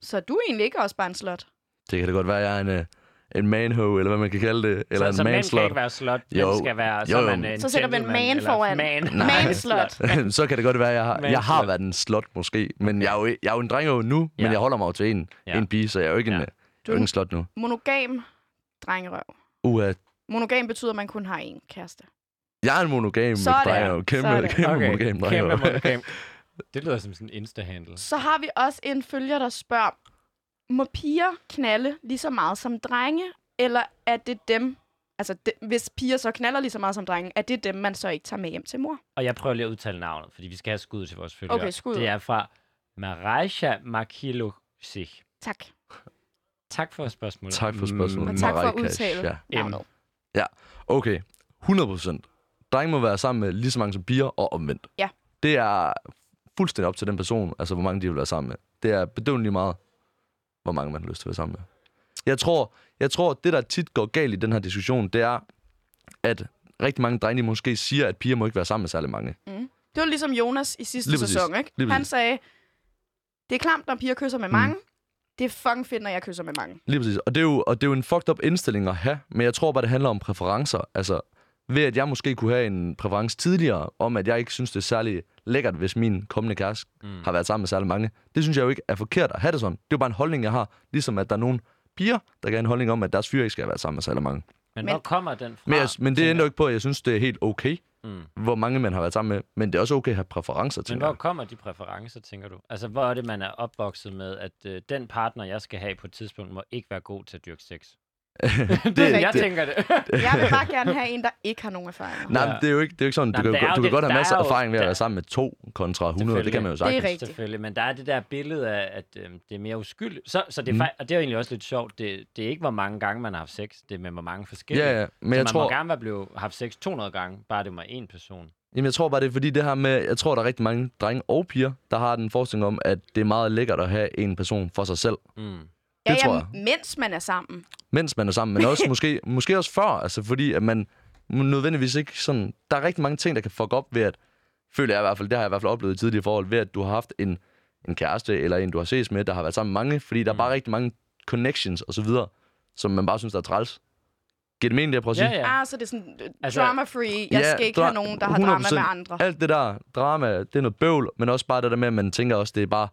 Speaker 1: Så du er egentlig ikke også bare en slot.
Speaker 5: Det kan da godt være, at jeg er en, øh, en manho, eller hvad man kan kalde det. Eller
Speaker 2: så,
Speaker 5: en
Speaker 2: Så mænd kan
Speaker 5: manslot.
Speaker 2: ikke være slot.
Speaker 5: Jo.
Speaker 2: Jo. skal være, så
Speaker 5: Jo,
Speaker 2: jo,
Speaker 5: jo.
Speaker 2: jo. Man er en
Speaker 1: Så sætter man
Speaker 2: gentleman,
Speaker 1: man
Speaker 2: eller
Speaker 1: foran.
Speaker 2: Man.
Speaker 1: Nej. Man-slot.
Speaker 5: så kan det godt være, at jeg har, jeg har
Speaker 2: Manslot.
Speaker 5: været en slot måske. Men jeg er jo, jeg er jo en dreng nu, men
Speaker 2: Ja.
Speaker 5: jeg holder mig jo til en,
Speaker 2: Ja.
Speaker 5: en pige, så jeg er jo ikke en,
Speaker 2: Ja.
Speaker 5: øh, jeg er jo ikke en slot nu.
Speaker 1: Monogam drengerøv.
Speaker 5: Uha,
Speaker 1: Monogam betyder, at man kun har én kæreste.
Speaker 5: jeg er en monogam
Speaker 1: Sådan.
Speaker 5: dreng. Kæmpe,
Speaker 1: Sådan.
Speaker 5: kæmpe
Speaker 2: Okay,
Speaker 5: monogam dreng.
Speaker 2: kæmpe monogam. Det lyder som sådan en Insta-handle.
Speaker 1: Så har vi også en følger, der spørger, må piger knalde lige så meget som drenge, eller er det dem, altså de, hvis piger så knaller lige så meget som drenge, er det dem, man så ikke tager med hjem til mor?
Speaker 2: Og jeg prøver lige at udtale navnet, fordi vi skal have skud til vores følgere.
Speaker 1: Okay, skud.
Speaker 2: Det er fra Marisha Makilosik.
Speaker 1: Tak.
Speaker 2: Tak for spørgsmålet.
Speaker 5: Tak for spørgsmålet.
Speaker 1: Mm.
Speaker 5: Mm.
Speaker 1: Og
Speaker 2: Mm.
Speaker 1: tak for at
Speaker 5: Marika,
Speaker 1: udtale
Speaker 5: ja.
Speaker 1: ja. navnet.
Speaker 5: Okay, 100 procent. Drenge må være sammen med lige så mange som piger, og omvendt.
Speaker 1: Ja.
Speaker 5: Det er fuldstændig op til den person, altså hvor mange de vil være sammen med. Det er bedøvende lige meget, hvor mange man har lyst til at være sammen med. Jeg tror, jeg tror, det der tit går galt i den her diskussion, det er, at rigtig mange drenge de måske siger, at piger må ikke være sammen med særlig mange.
Speaker 1: Det var ligesom Jonas i sidste
Speaker 5: Lige præcis.
Speaker 1: sæson, ikke?
Speaker 5: Lige
Speaker 1: Han
Speaker 5: præcis. Mm.
Speaker 1: sagde, det er klamt, når piger kysser med mange. Det er fucking fedt, når jeg kysser med mange.
Speaker 5: Lige præcis. Og det, er jo, og det er jo en fucked up indstilling at have, men jeg tror bare, det handler om præferencer. Altså, ved at jeg måske kunne have en præference tidligere, om at jeg ikke synes, det er særlig lækkert, hvis min kommende kæreste mm. har været sammen med særlig mange. Det synes jeg jo ikke er forkert at have det sådan. Det er jo bare en holdning, jeg har. Ligesom at der er nogle piger, der kan have en holdning om, at deres fyre ikke skal være sammen med særlig mange.
Speaker 2: Men,
Speaker 1: Men-
Speaker 2: hvor kommer den fra?
Speaker 5: Men, jeg, men det
Speaker 2: tænker
Speaker 5: ændrer jo ikke på, at jeg synes, det er helt okay,
Speaker 2: Ah, Mm.
Speaker 5: hvor mange man har været sammen med. Men det er også okay at have præferencer til.
Speaker 2: Men hvor kommer de præferencer, tænker du? Altså, hvor er det, man er opvokset med, at øh, den partner, jeg skal have på et tidspunkt, må ikke være god til at dyrke sex? det, det, jeg
Speaker 5: det-
Speaker 2: tænker det.
Speaker 1: Jeg vil bare gerne have en, der ikke har nogen erfaringer.
Speaker 5: Nej,
Speaker 2: Ja.
Speaker 5: men det er jo ikke, det er jo ikke sådan. Du
Speaker 2: Nej,
Speaker 5: kan,
Speaker 2: men
Speaker 5: jo
Speaker 2: der er
Speaker 5: godt- du
Speaker 2: jo
Speaker 5: kan
Speaker 2: det-
Speaker 5: godt have
Speaker 2: der er
Speaker 5: masser af
Speaker 2: jo-
Speaker 5: erfaring ved at
Speaker 2: der-
Speaker 5: være sammen med to kontra 100. Det kan man jo sagtens.
Speaker 1: Det er rigtigt.
Speaker 2: Selvfølgelig, men der er det der billede af, at øh, det er mere uskyldigt. Så, så det, er mm. og det er jo egentlig også lidt sjovt. Det, det er ikke, hvor mange gange man har haft sex. Det er med, hvor mange forskellige.
Speaker 5: Ja, ja. Men
Speaker 2: så
Speaker 5: jeg
Speaker 2: man
Speaker 5: tror-
Speaker 2: må gerne være blevet, haft sex 200 gange, bare det var én person.
Speaker 5: Jamen, jeg tror bare, det er fordi det her med, jeg tror, der er rigtig mange drenge og piger, der har den forestilling om, at det er meget lækkert at have en person for sig selv,
Speaker 2: Mm.
Speaker 1: ja,
Speaker 5: tror
Speaker 1: ja, mens man er sammen.
Speaker 5: mens man er sammen, men også måske, måske også før, altså fordi, at man nødvendigvis ikke sådan, der er rigtig mange ting, der kan fuck op ved at, føler jeg i hvert fald, det har jeg i hvert fald oplevet i tidligere forhold, ved at du har haft en, en kæreste, eller en, du har ses med, der har været sammen med mange, fordi der er bare rigtig mange connections og så videre, som man bare synes, der er træls. Giver det mening, det jeg prøver at sige?
Speaker 2: Ja, ja.
Speaker 1: Ah, så det er sådan
Speaker 2: Altså-
Speaker 1: altså, drama-free. Jeg
Speaker 5: Ja,
Speaker 1: skal ikke
Speaker 5: dra-
Speaker 1: have nogen, der har drama
Speaker 5: 100%.
Speaker 1: med andre.
Speaker 5: Alt det der drama, det er noget bøvl, men også bare det der med, at man tænker også, det er bare,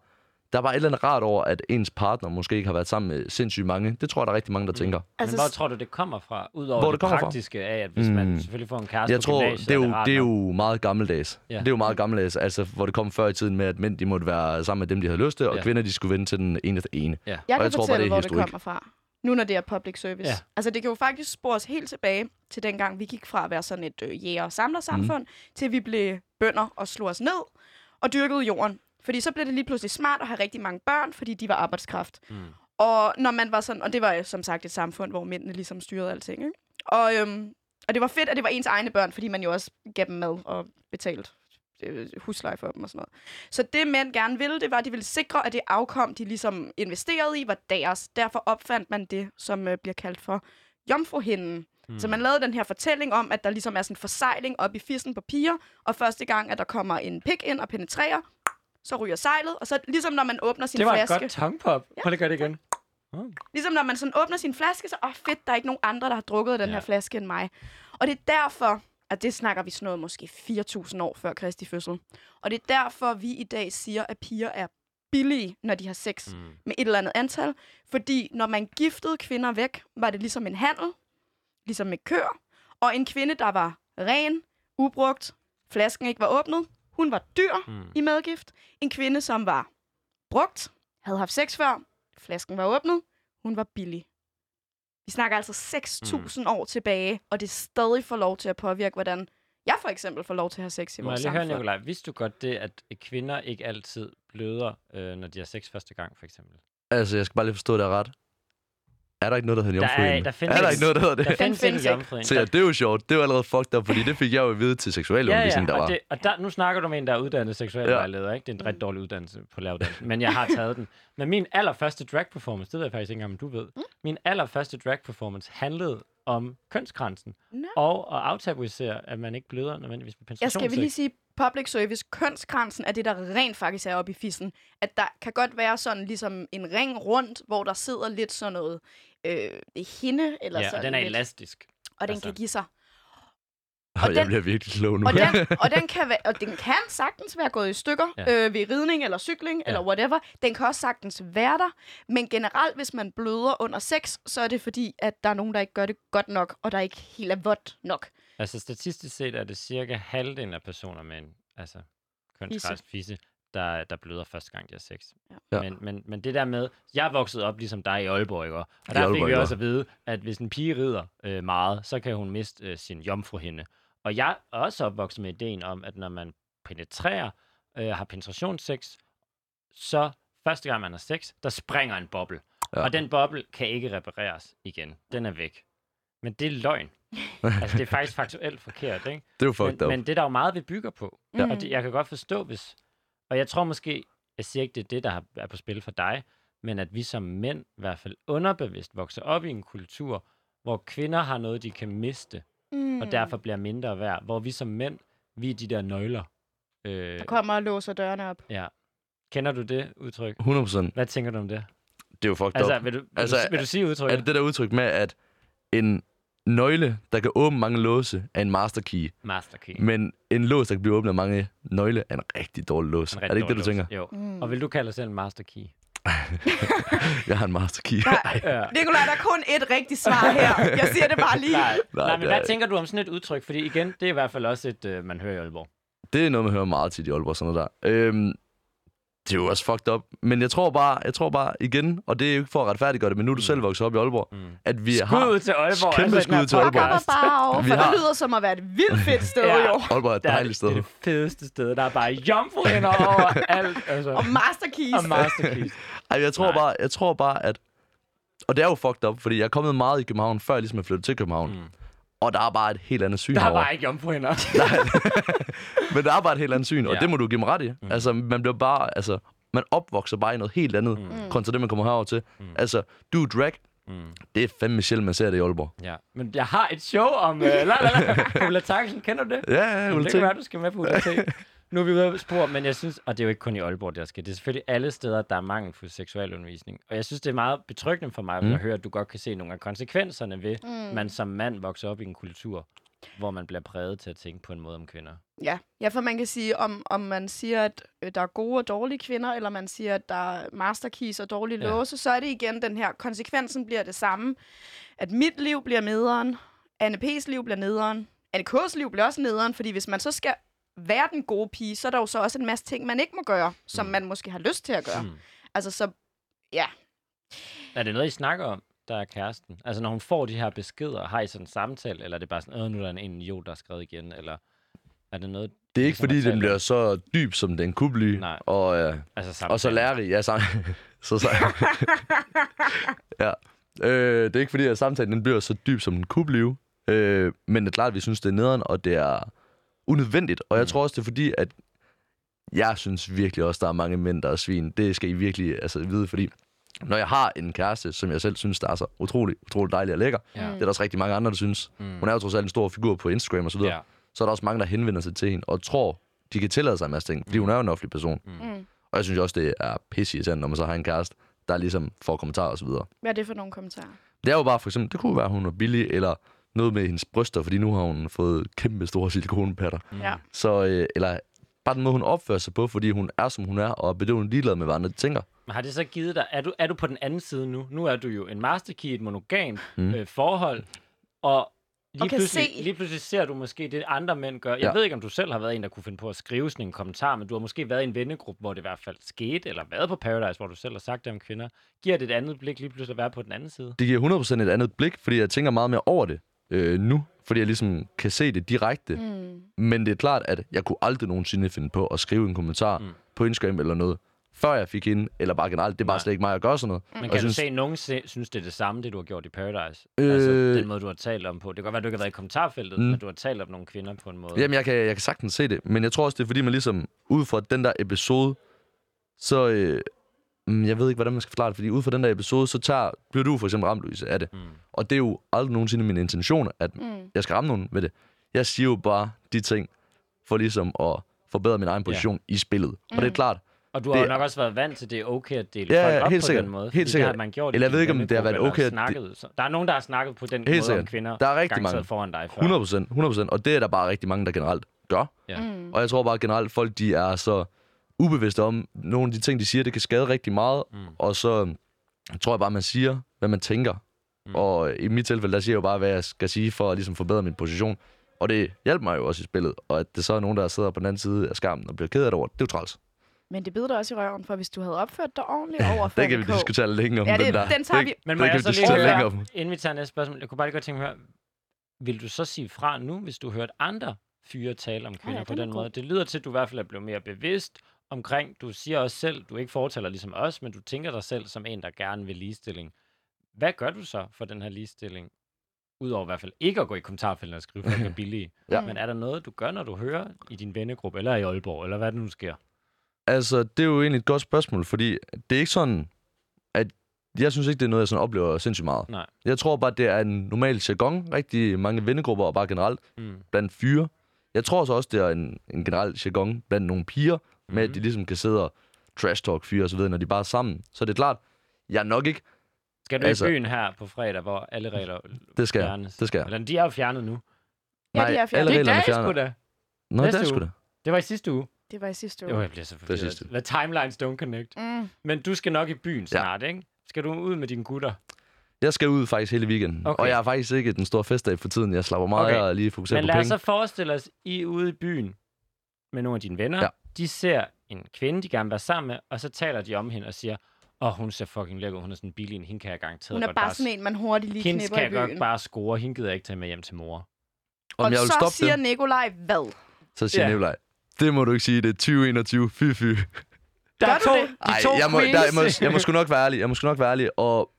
Speaker 5: Der er bare et eller andet rart over, at ens partner måske ikke har været sammen med sindssygt mange. Det tror jeg, der er rigtig mange, der tænker.
Speaker 2: Altså, Men hvor tror du, det kommer fra? Udover
Speaker 5: Hvor
Speaker 2: det,
Speaker 5: det kommer fra?
Speaker 2: praktiske af, at hvis mm. man
Speaker 5: Mm.
Speaker 2: selvfølgelig får en kæreste
Speaker 5: Jeg
Speaker 2: på
Speaker 5: tror,
Speaker 2: gymnasiet,
Speaker 5: det er, jo,
Speaker 2: er rart
Speaker 5: det er
Speaker 2: nok.
Speaker 5: jo meget gammeldags.
Speaker 2: Ja.
Speaker 5: Ja. Det er jo meget gammeldags, altså hvor det kom før i tiden med, at mænd de måtte være sammen med dem, de havde lyst til, og
Speaker 2: Ja.
Speaker 5: ja. kvinder de skulle vende til den ene efter ene.
Speaker 1: Jeg
Speaker 5: Og
Speaker 1: kan
Speaker 5: jeg tror bare,
Speaker 1: fortælle,
Speaker 5: det er
Speaker 1: hvor det
Speaker 5: historik.
Speaker 1: kommer fra. Nu når det er public service.
Speaker 2: Ja.
Speaker 1: Ja. Altså, det kan jo faktisk spores helt tilbage til dengang, vi gik fra at være sådan et øh, jæger- og samlersamfund,
Speaker 5: Mhm.
Speaker 1: mm. til vi blev bønder og slog os ned og dyrkede jorden. Fordi så blev det lige pludselig smart at have rigtig mange børn, fordi de var arbejdskraft. Mm. Og når man var sådan, og det var øh, som sagt et samfund, hvor mændene ligesom styrede alting, ikke? Og, øhm, og det var fedt, at det var ens egne børn, fordi man jo også gav dem mad og betalte øh, husleje for dem og sådan noget. Så det mænd gerne ville, det var, at de ville sikre, at det afkom, de ligesom investerede i, var deres. Derfor opfandt man det, som øh, bliver kaldt for jomfruhinden.
Speaker 2: Hmm.
Speaker 1: Mm. Så man lavede den her fortælling om, at der ligesom er sådan en forsejling op i fissen på piger, og første gang, at der kommer en pik ind og penetrerer, så ryger sejlet, og så ligesom når man åbner sin
Speaker 2: Det var et
Speaker 1: flaske. Mm.
Speaker 2: godt tongue-pop. Prøv lige at gøre det igen.
Speaker 1: Ligesom når man sådan åbner sin flaske, så åh oh, fedt, der er ikke nogen andre, der har drukket den
Speaker 2: Ja.
Speaker 1: ja. her flaske end mig. Og det er derfor, at det snakker vi sådan noget måske 4.000 år før Kristi fødsel. Og det er derfor, vi i dag siger, at piger er billige, når de har sex mm. med et eller andet antal. Fordi når man giftede kvinder væk, var det ligesom en handel, ligesom med køer. Og en kvinde, der var ren, ubrugt, flasken ikke var åbnet, hun var dyr
Speaker 2: Hmm.
Speaker 1: mm. i medgift. En kvinde, som var brugt, havde haft sex før, flasken var åbnet, hun var billig. Vi snakker altså 6.000
Speaker 2: Hmm.
Speaker 1: mm. år tilbage, og det stadig får lov til at påvirke, hvordan jeg for eksempel får lov til at have sex i
Speaker 2: Må jeg
Speaker 1: vores
Speaker 2: lige høre,
Speaker 1: samfund.
Speaker 2: Nicolaj, vidste du godt det, at kvinder ikke altid bløder, øh, når de har sex første gang, for eksempel?
Speaker 5: Altså, jeg skal bare lige forstå, det er ret. Er der ikke noget, der hedder
Speaker 2: Der er-
Speaker 5: jomfruhinden?
Speaker 2: der
Speaker 5: er,
Speaker 2: findes-
Speaker 5: der ikke noget, der hedder det?
Speaker 2: Der findes,
Speaker 1: findes ikke.
Speaker 2: ikke jomfruen.
Speaker 5: Så ja, det er jo sjovt. Det er jo allerede fucked up, fordi det fik jeg jo at vide til seksualundervisning, ja, ja, der
Speaker 2: og,
Speaker 5: var.
Speaker 2: det,
Speaker 5: Det...
Speaker 2: og der, nu snakker du med en, der er uddannet seksuel
Speaker 5: Ja.
Speaker 2: ja. vejleder, ikke? Det er en ret dårlig uddannelse på lavet, men jeg har taget den. Men min allerførste drag performance, det ved jeg faktisk ikke engang, om du ved. Mm. Min allerførste drag performance handlede om kønsgrænsen.
Speaker 1: Nå.
Speaker 2: Og at aftabuisere, at man ikke bløder nødvendigvis med
Speaker 1: Jeg skal
Speaker 2: menstruationssex.
Speaker 1: vi lige sige, public service, kønsgrænsen er det, der rent faktisk er oppe i fissen. At der kan godt være sådan ligesom en ring rundt, hvor der sidder lidt sådan noget øh, hinde, eller
Speaker 2: Ja, og
Speaker 1: sådan
Speaker 2: den er
Speaker 1: lidt,
Speaker 2: elastisk.
Speaker 1: og den
Speaker 2: altså.
Speaker 1: kan give sig.
Speaker 5: Og jeg
Speaker 1: den-
Speaker 5: bliver virkelig klog nu.
Speaker 1: Og den, og, den kan være, og den kan sagtens være gået i stykker
Speaker 2: Ja.
Speaker 1: ja. øh, ved ridning eller cykling
Speaker 2: Ja.
Speaker 1: ja. eller whatever. Den kan også sagtens være der. Men generelt, hvis man bløder under sex, så er det fordi, at der er nogen, der ikke gør det godt nok, og der ikke helt er vådt nok.
Speaker 2: Altså statistisk set er det cirka halvdelen af personer med en altså, kønsgræs fisse, der, der bløder første gang, de har sex. Ja.
Speaker 5: Ja.
Speaker 2: Men, men, men det der med, jeg er vokset op ligesom dig i Aalborg, ikke? og
Speaker 5: I
Speaker 2: der fik
Speaker 5: Aalborg,
Speaker 2: vi
Speaker 5: ja.
Speaker 2: også at vide, at hvis en pige rider øh, meget, så kan hun miste øh, sin jomfruhinde. Og jeg er også opvokset med ideen om, at når man penetrerer, øh, har penetrationssex, så første gang man har sex, der springer en boble. Ja.
Speaker 5: Ja.
Speaker 2: Og den boble kan ikke repareres igen. Den er væk. Men det er løgn. altså, det er faktisk faktuelt forkert, ikke?
Speaker 5: Det er jo fucked
Speaker 2: men,
Speaker 5: up.
Speaker 2: men det er der jo meget, vi bygger på.
Speaker 1: Ja.
Speaker 2: Og det, jeg kan godt forstå, hvis... Og jeg tror måske, jeg siger ikke, det er det, der har- er på spil for dig, men at vi som mænd, i hvert fald underbevidst, vokser op i en kultur, hvor kvinder har noget, de kan miste, mm. og derfor bliver mindre værd. Hvor vi som mænd, vi er de der nøgler. Øh,
Speaker 1: Der kommer og låser dørene op.
Speaker 2: ja. Kender du det udtryk?
Speaker 5: 100%.
Speaker 2: Hvad tænker du om det?
Speaker 5: Det er jo fucked
Speaker 2: Altså,
Speaker 5: up.
Speaker 2: vil du, vil, altså,
Speaker 5: Altså,
Speaker 2: du, vil du sige udtrykket?
Speaker 5: Er det det der udtryk med, at en nøgle, der kan åbne mange låse, er en masterkey,
Speaker 2: Masterkey.
Speaker 5: men en lås, der kan blive åbnet af mange nøgle, er en rigtig dårlig lås.
Speaker 2: En
Speaker 5: Er
Speaker 2: rigtig
Speaker 5: det ikke det, du
Speaker 2: dårlig
Speaker 5: tænker?
Speaker 2: lås. Jo. Mm. Og vil du kalde dig selv en masterkey?
Speaker 5: Jeg har en masterkey.
Speaker 1: Nej,
Speaker 2: Ja.
Speaker 1: Nicolaj, der er kun et rigtigt svar her. Jeg siger det bare lige.
Speaker 2: Nej, nej,
Speaker 5: Nej,
Speaker 2: nej men
Speaker 5: det
Speaker 2: hvad
Speaker 5: er-
Speaker 2: tænker du om sådan et udtryk? Fordi igen, det er i hvert fald også et, øh, man hører i Aalborg.
Speaker 5: Det er noget, man hører meget tit i Aalborg, sådan noget der. Øhm, det er jo også fucked up. Men jeg tror bare, jeg tror bare igen, og det er jo ikke for at retfærdiggøre det, men nu er du selv vokset op i Aalborg, mm. at vi har...
Speaker 2: Skud til Aalborg. altså,
Speaker 5: Kæmpe
Speaker 2: den her
Speaker 5: skud til
Speaker 1: Fuck
Speaker 5: Aalborg.
Speaker 1: op og
Speaker 2: podcast.
Speaker 1: bare,
Speaker 5: Vi
Speaker 1: for
Speaker 5: har-
Speaker 1: det lyder som at være et vildt fedt sted
Speaker 2: Ja.
Speaker 1: ja. jo.
Speaker 5: Aalborg er et
Speaker 2: Der er-
Speaker 5: dejligt sted.
Speaker 2: Det er det fedeste sted. Der er bare jomfruhinder over alt. Altså.
Speaker 1: Og masterkeys.
Speaker 2: og masterkeys.
Speaker 5: Ej, jeg tror,
Speaker 2: Nej.
Speaker 5: bare, jeg tror bare, at... Og det er jo fucked up, fordi jeg er kommet meget i København, før jeg ligesom jeg flyttede til København. Mm. Og der er bare et helt andet syn
Speaker 2: Der er
Speaker 5: herovre.
Speaker 2: bare ikke jomfruhinder.
Speaker 5: Men der er bare et helt andet syn, og
Speaker 2: Ja.
Speaker 5: det må du give mig ret i. Mm. Altså, man bliver bare... Altså, man opvokser bare i noget helt andet, mm. kontra det, man kommer herover til. Mm. Altså, du er drag. Mm. Det er fandme sjældent, man ser det i Aalborg.
Speaker 2: ja. Men jeg har et show om... Uh, la, la, la. Ulla Taksen, kender du det?
Speaker 5: Ja, ja, ja.
Speaker 2: Jamen,
Speaker 5: Ulla
Speaker 2: det kan
Speaker 5: T.
Speaker 2: være, du skal med på UDT. nu er vi ude af spor, men jeg synes, og det er jo ikke kun i Aalborg, der sker. Det er selvfølgelig alle steder, der er mangel på seksualundervisning. Og jeg synes, det er meget betryggende for mig, mm. at høre, at du godt kan se nogle af konsekvenserne ved, mm. man som mand vokser op i en kultur, hvor man bliver præget til at tænke på en måde om kvinder.
Speaker 1: Ja. ja, for man kan sige, om, om man siger, at øh, der er gode og dårlige kvinder, eller man siger, at der er masterkeys og dårlige
Speaker 2: Ja.
Speaker 1: ja. låse, så er det igen den her, konsekvensen bliver det samme. At mit liv bliver nederen, Anne P's liv bliver nederen, Anne K's liv bliver også nederen, fordi hvis man så skal være den gode pige, så er der jo så også en masse ting, man ikke må gøre, som
Speaker 2: Mm.
Speaker 1: mm. man måske har lyst til at gøre. Mm.
Speaker 2: Hmm.
Speaker 1: Altså, så ja,
Speaker 2: Er det noget, I snakker om, der er kæresten? Altså, når hun får de her beskeder, har I sådan en samtale, eller er det bare sådan, øh, nu er der en idiot, der har skrevet igen, eller er det noget,
Speaker 5: Det er ikke,
Speaker 2: Ligesom at
Speaker 5: fordi
Speaker 2: tale om-
Speaker 5: den bliver så dyb, som den kunne blive.
Speaker 2: Nej.
Speaker 5: Og, øh,
Speaker 2: altså samtale?
Speaker 5: og så lærerig. Ja, sam... så, så... ja. Øh, det er ikke, fordi at samtalen den bliver så dyb, som den kunne blive. Øh, men det er klart, at vi synes, det er nederen, og det er unødvendigt. Og jeg
Speaker 2: Mm.
Speaker 5: tror også, det er fordi, at jeg synes virkelig også, der er mange mænd, der er svin. Det skal I virkelig altså, vide, fordi når jeg har en kæreste, som jeg selv synes, der er så utrolig, utrolig dejlig og lækker,
Speaker 2: Ja.
Speaker 5: det er der også rigtig mange andre, der synes.
Speaker 2: Mm.
Speaker 5: Hun er jo trods alt en stor figur på Instagram og så videre
Speaker 2: Ja.
Speaker 5: så er der også mange, der henvender sig til hende og tror, de kan tillade sig en masse ting, fordi hun er jo en offentlig person.
Speaker 1: Mm.
Speaker 5: Og jeg synes også, det er pisse når man så har en kæreste, der ligesom får kommentarer osv.
Speaker 1: hvad er det for nogle kommentarer?
Speaker 5: Det er jo bare for eksempel, det kunne være, at hun er billig, eller noget med hendes bryster, fordi nu har hun fået kæmpe store silikonpatter.
Speaker 1: Mm. Ja.
Speaker 5: Så, øh, eller bare den måde, hun opfører sig på, fordi hun er, som hun er, og er bedøvende ligeglad med, hvad andre tænker.
Speaker 2: Men har det så givet dig, er du, er du på den anden side nu? Nu er du jo en masterkey, et monogam mm. øh, forhold, og lige,
Speaker 1: Og kan
Speaker 2: pludselig,
Speaker 1: se.
Speaker 2: lige pludselig ser du måske det, andre mænd gør. Jeg
Speaker 5: Ja.
Speaker 2: ved ikke, om du selv har været en, der kunne finde på at skrive sådan en kommentar, men du har måske været i en vennegruppe, hvor det i hvert fald skete, eller været på Paradise, hvor du selv har sagt det om kvinder. Giver det et andet blik lige pludselig at være på den anden side?
Speaker 5: Det giver 100% et andet blik, fordi jeg tænker meget mere over det øh, nu, fordi jeg ligesom kan se det direkte.
Speaker 1: Mm.
Speaker 5: Men det er klart, at jeg kunne aldrig nogensinde finde på at skrive en kommentar
Speaker 2: Mm.
Speaker 5: mm. på Instagram eller noget, før jeg fik hende, eller bare generelt. Det er bare
Speaker 2: Nej.
Speaker 5: slet ikke mig at gøre sådan noget.
Speaker 2: Men
Speaker 5: Og
Speaker 2: kan
Speaker 5: jeg
Speaker 2: synes...
Speaker 5: synes-
Speaker 2: du se, at nogen se, synes, det er det samme, det du har gjort i Paradise? Øh... Altså
Speaker 5: Øh.
Speaker 2: den måde, du har talt om på. Det kan godt være, du ikke har været i kommentarfeltet, mm.
Speaker 5: Mm.
Speaker 2: men du har talt om nogle kvinder på en måde.
Speaker 5: Jamen, jeg kan, jeg kan sagtens se det, men jeg tror også, det er fordi, man ligesom, ud fra den der episode, så, øh, mm, jeg ved ikke, hvordan man skal forklare det, fordi ud fra den der episode, så tager, bliver du for eksempel ramt, Louise, af det.
Speaker 2: Mm.
Speaker 5: Og det er jo aldrig nogensinde min intention, at
Speaker 1: Mm.
Speaker 5: jeg skal ramme nogen ved det. Jeg siger jo bare de ting, for ligesom at forbedre min egen position ja. i spillet. Mm. Og det er klart,
Speaker 2: Og du har
Speaker 5: Det-
Speaker 2: jo nok også været vant til, at det er okay at dele
Speaker 5: Ja,
Speaker 2: folk
Speaker 5: ja,
Speaker 2: op
Speaker 5: helt
Speaker 2: på
Speaker 5: sikkert.
Speaker 2: den måde.
Speaker 5: Helt
Speaker 2: fordi det
Speaker 5: sikkert.
Speaker 2: har man gjort i
Speaker 5: Eller jeg
Speaker 2: din
Speaker 5: ved ikke, om det har
Speaker 2: vennegruppe,
Speaker 5: været
Speaker 2: eller
Speaker 5: okay at de-
Speaker 2: Snakket. Så der er nogen, der har snakket på den måde om
Speaker 5: sikkert.
Speaker 2: kvinder.
Speaker 5: Der er rigtig
Speaker 2: garanteret
Speaker 5: mange.
Speaker 2: foran dig før.
Speaker 5: 100%, 100%, og det er der bare rigtig mange, der generelt gør.
Speaker 2: Ja. Mm.
Speaker 5: Og jeg tror bare generelt, folk de er så ubevidste om, nogle af de ting, de siger, det kan skade rigtig meget.
Speaker 2: Mm.
Speaker 5: Mm. Og så tror jeg bare, man siger, hvad man tænker.
Speaker 2: Mm.
Speaker 5: Mm. Og i mit tilfælde, der siger jeg jo bare, hvad jeg skal sige for at ligesom forbedre min position. Og det hjælper mig jo også i spillet. Og at det så er nogen, der sidder på den anden side af skærmen og bliver ked af det over, det er jo træls.
Speaker 1: Men det beder dig også i røven, for hvis du havde opført dig ordentligt over for
Speaker 5: Det kan vi
Speaker 1: NK.
Speaker 5: diskutere længe om,
Speaker 1: Ja, det-
Speaker 5: den der.
Speaker 1: den tager
Speaker 5: det,
Speaker 1: vi-
Speaker 2: Men
Speaker 5: Men
Speaker 2: må
Speaker 5: det
Speaker 2: jeg
Speaker 5: kan vi
Speaker 2: så
Speaker 5: diskutere
Speaker 2: lige
Speaker 5: længe
Speaker 2: høre,
Speaker 5: om.
Speaker 2: inden vi tager næste spørgsmål, jeg kunne bare lige godt tænke mig at høre, vil du så sige fra nu, hvis du hørte andre fyre tale om kvinder ja,
Speaker 1: ja,
Speaker 2: på
Speaker 1: den er
Speaker 2: den
Speaker 1: god.
Speaker 2: måde? Det lyder til, at du i hvert fald er blevet mere bevidst omkring, du siger også selv, du ikke fortæller ligesom os, men du tænker dig selv som en, der gerne vil ligestilling. Hvad gør du så for den her ligestilling? Udover i hvert fald ikke at gå i kommentarfeltet og skrive, folk er billige.
Speaker 5: Ja.
Speaker 2: Men er der noget, du gør, når du hører i din vennegruppe, eller i Aalborg, eller hvad det nu sker?
Speaker 5: Altså, det er jo egentlig et godt spørgsmål, fordi det er ikke sådan, at jeg synes ikke, det er noget, jeg sådan oplever sindssygt meget.
Speaker 2: Nej.
Speaker 5: Jeg tror bare, det er en normal jargon, rigtig mange vennegrupper og bare generelt
Speaker 2: Mm.
Speaker 5: blandt fyre. Jeg tror så også, det er en, en generel jargon blandt nogle piger, mm-hmm. med at
Speaker 2: Mhm.
Speaker 5: de ligesom kan sidde og trash talk fyre og så videre, når de bare er sammen. Så det er klart, jeg er nok ikke...
Speaker 2: Skal du altså,
Speaker 5: Altså-
Speaker 2: i byen her på fredag, hvor alle regler
Speaker 5: Det skal jeg.
Speaker 2: fjernes?
Speaker 5: Det skal jeg.
Speaker 2: Eller de er jo fjernet nu.
Speaker 1: Ja, de er fjernet.
Speaker 5: alle
Speaker 2: Det er
Speaker 5: reglerne
Speaker 2: dag,
Speaker 5: er fjernet.
Speaker 2: sgu da.
Speaker 5: Nå, det
Speaker 2: Næste
Speaker 5: er sgu
Speaker 2: uge.
Speaker 5: da.
Speaker 2: Det var i sidste uge.
Speaker 1: Det var i sidste uge.
Speaker 2: Jo, jeg bliver så forvirret.
Speaker 5: sidste uge.
Speaker 2: Hvad timelines don't connect.
Speaker 1: Mm.
Speaker 2: Men du skal nok i byen snart, ikke? Skal du ud med dine gutter?
Speaker 5: Jeg skal ud faktisk hele weekenden.
Speaker 2: Okay.
Speaker 5: Okay. Og jeg er faktisk ikke den store festdag for tiden. Jeg slapper meget
Speaker 2: Okay.
Speaker 5: okay. af og lige fokuserer
Speaker 2: Men
Speaker 5: på
Speaker 2: lad os
Speaker 5: penge.
Speaker 2: så forestille os, I er ude i byen med nogle af dine venner.
Speaker 5: Ja.
Speaker 2: De ser en kvinde, de gerne vil være sammen med, og så taler de om hende og siger, åh, oh, hun ser fucking lækker, ud. hun er sådan billig, en. hende kan jeg garanteret
Speaker 1: Hun er
Speaker 2: godt
Speaker 1: bare
Speaker 2: bare
Speaker 1: sådan en, man hurtigt lige
Speaker 2: Hende
Speaker 1: knipper
Speaker 2: kan
Speaker 1: i
Speaker 2: jeg godt
Speaker 1: byen.
Speaker 2: bare score, hende gider jeg ikke tage med hjem til mor.
Speaker 5: Om
Speaker 1: og
Speaker 5: jeg vil
Speaker 1: så
Speaker 5: stoppe
Speaker 1: siger
Speaker 5: det,
Speaker 1: Nikolaj, hvad?
Speaker 5: så siger
Speaker 2: Ja.
Speaker 5: yeah. Nikolaj, det må du ikke sige, det er 2021, fy fy.
Speaker 2: Der
Speaker 1: Gør du det?
Speaker 2: de to
Speaker 5: jeg må, der,
Speaker 2: queens.
Speaker 5: jeg, må, jeg må sgu nok være ærlig. Jeg må sgu nok være ærlig, og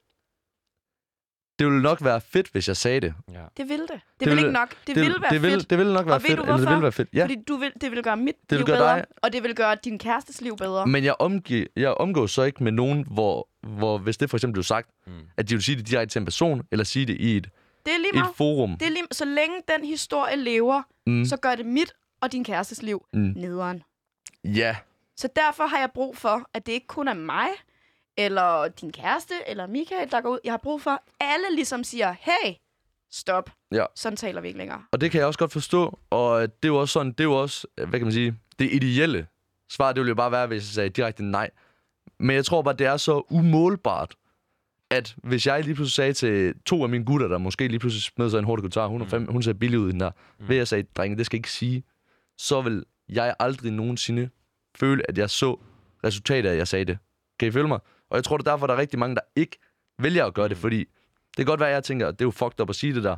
Speaker 5: det ville nok være fedt, hvis jeg sagde det.
Speaker 2: ja.
Speaker 1: Det vil det. Det,
Speaker 5: Det
Speaker 1: vil,
Speaker 5: vil-
Speaker 1: ikke nok. Det, vil være
Speaker 5: det vil,
Speaker 1: fedt.
Speaker 5: Det ville nok være
Speaker 1: Og ved
Speaker 5: fedt.
Speaker 1: du
Speaker 5: eller det
Speaker 1: hvorfor?
Speaker 5: ville være fedt. Ja.
Speaker 1: Fordi du vil, det vil gøre mit
Speaker 5: vil
Speaker 1: liv
Speaker 5: gøre
Speaker 1: bedre,
Speaker 5: dig-
Speaker 1: og det vil gøre din kærestes liv bedre.
Speaker 5: Men jeg, omgi- jeg omgås så ikke med nogen, hvor, hvor hvis det for eksempel blev sagt,
Speaker 2: Mm.
Speaker 5: mm. at de ville sige det direkte til en person, eller sige det i et,
Speaker 1: Det er lige
Speaker 5: et
Speaker 1: meget.
Speaker 5: forum.
Speaker 1: Det er lige, så længe den historie lever,
Speaker 5: Mm.
Speaker 1: mm. så gør det mit og din kærestes liv
Speaker 5: Mm.
Speaker 1: mm. nederen.
Speaker 5: Ja,
Speaker 1: Så derfor har jeg brug for, at det ikke kun er mig, eller din kæreste, eller Michael, der går ud. Jeg har brug for, at alle ligesom siger, hey, stop.
Speaker 5: Ja.
Speaker 1: Sådan taler vi ikke længere.
Speaker 5: Og det kan jeg også godt forstå, og det er jo også sådan, det er jo også, øh, hvad kan man sige, det ideelle svar, det ville jo bare være, hvis jeg sagde direkte nej. Men jeg tror bare, det er så umålbart, at hvis jeg lige pludselig sagde til to af mine gutter, der måske lige pludselig smed sig en hurtig kommentar, hun, er fandme- hun ser billig ud i den der, ved at jeg sagde, drenge, det skal I ikke sige, så vil jeg aldrig nogensinde føle, at jeg så resultatet af, at jeg sagde det. Kan I følge mig? Og jeg tror, det er derfor, der er rigtig mange, der ikke vælger at gøre det, fordi det kan godt være, at jeg tænker, at det er jo fucked up at sige det der,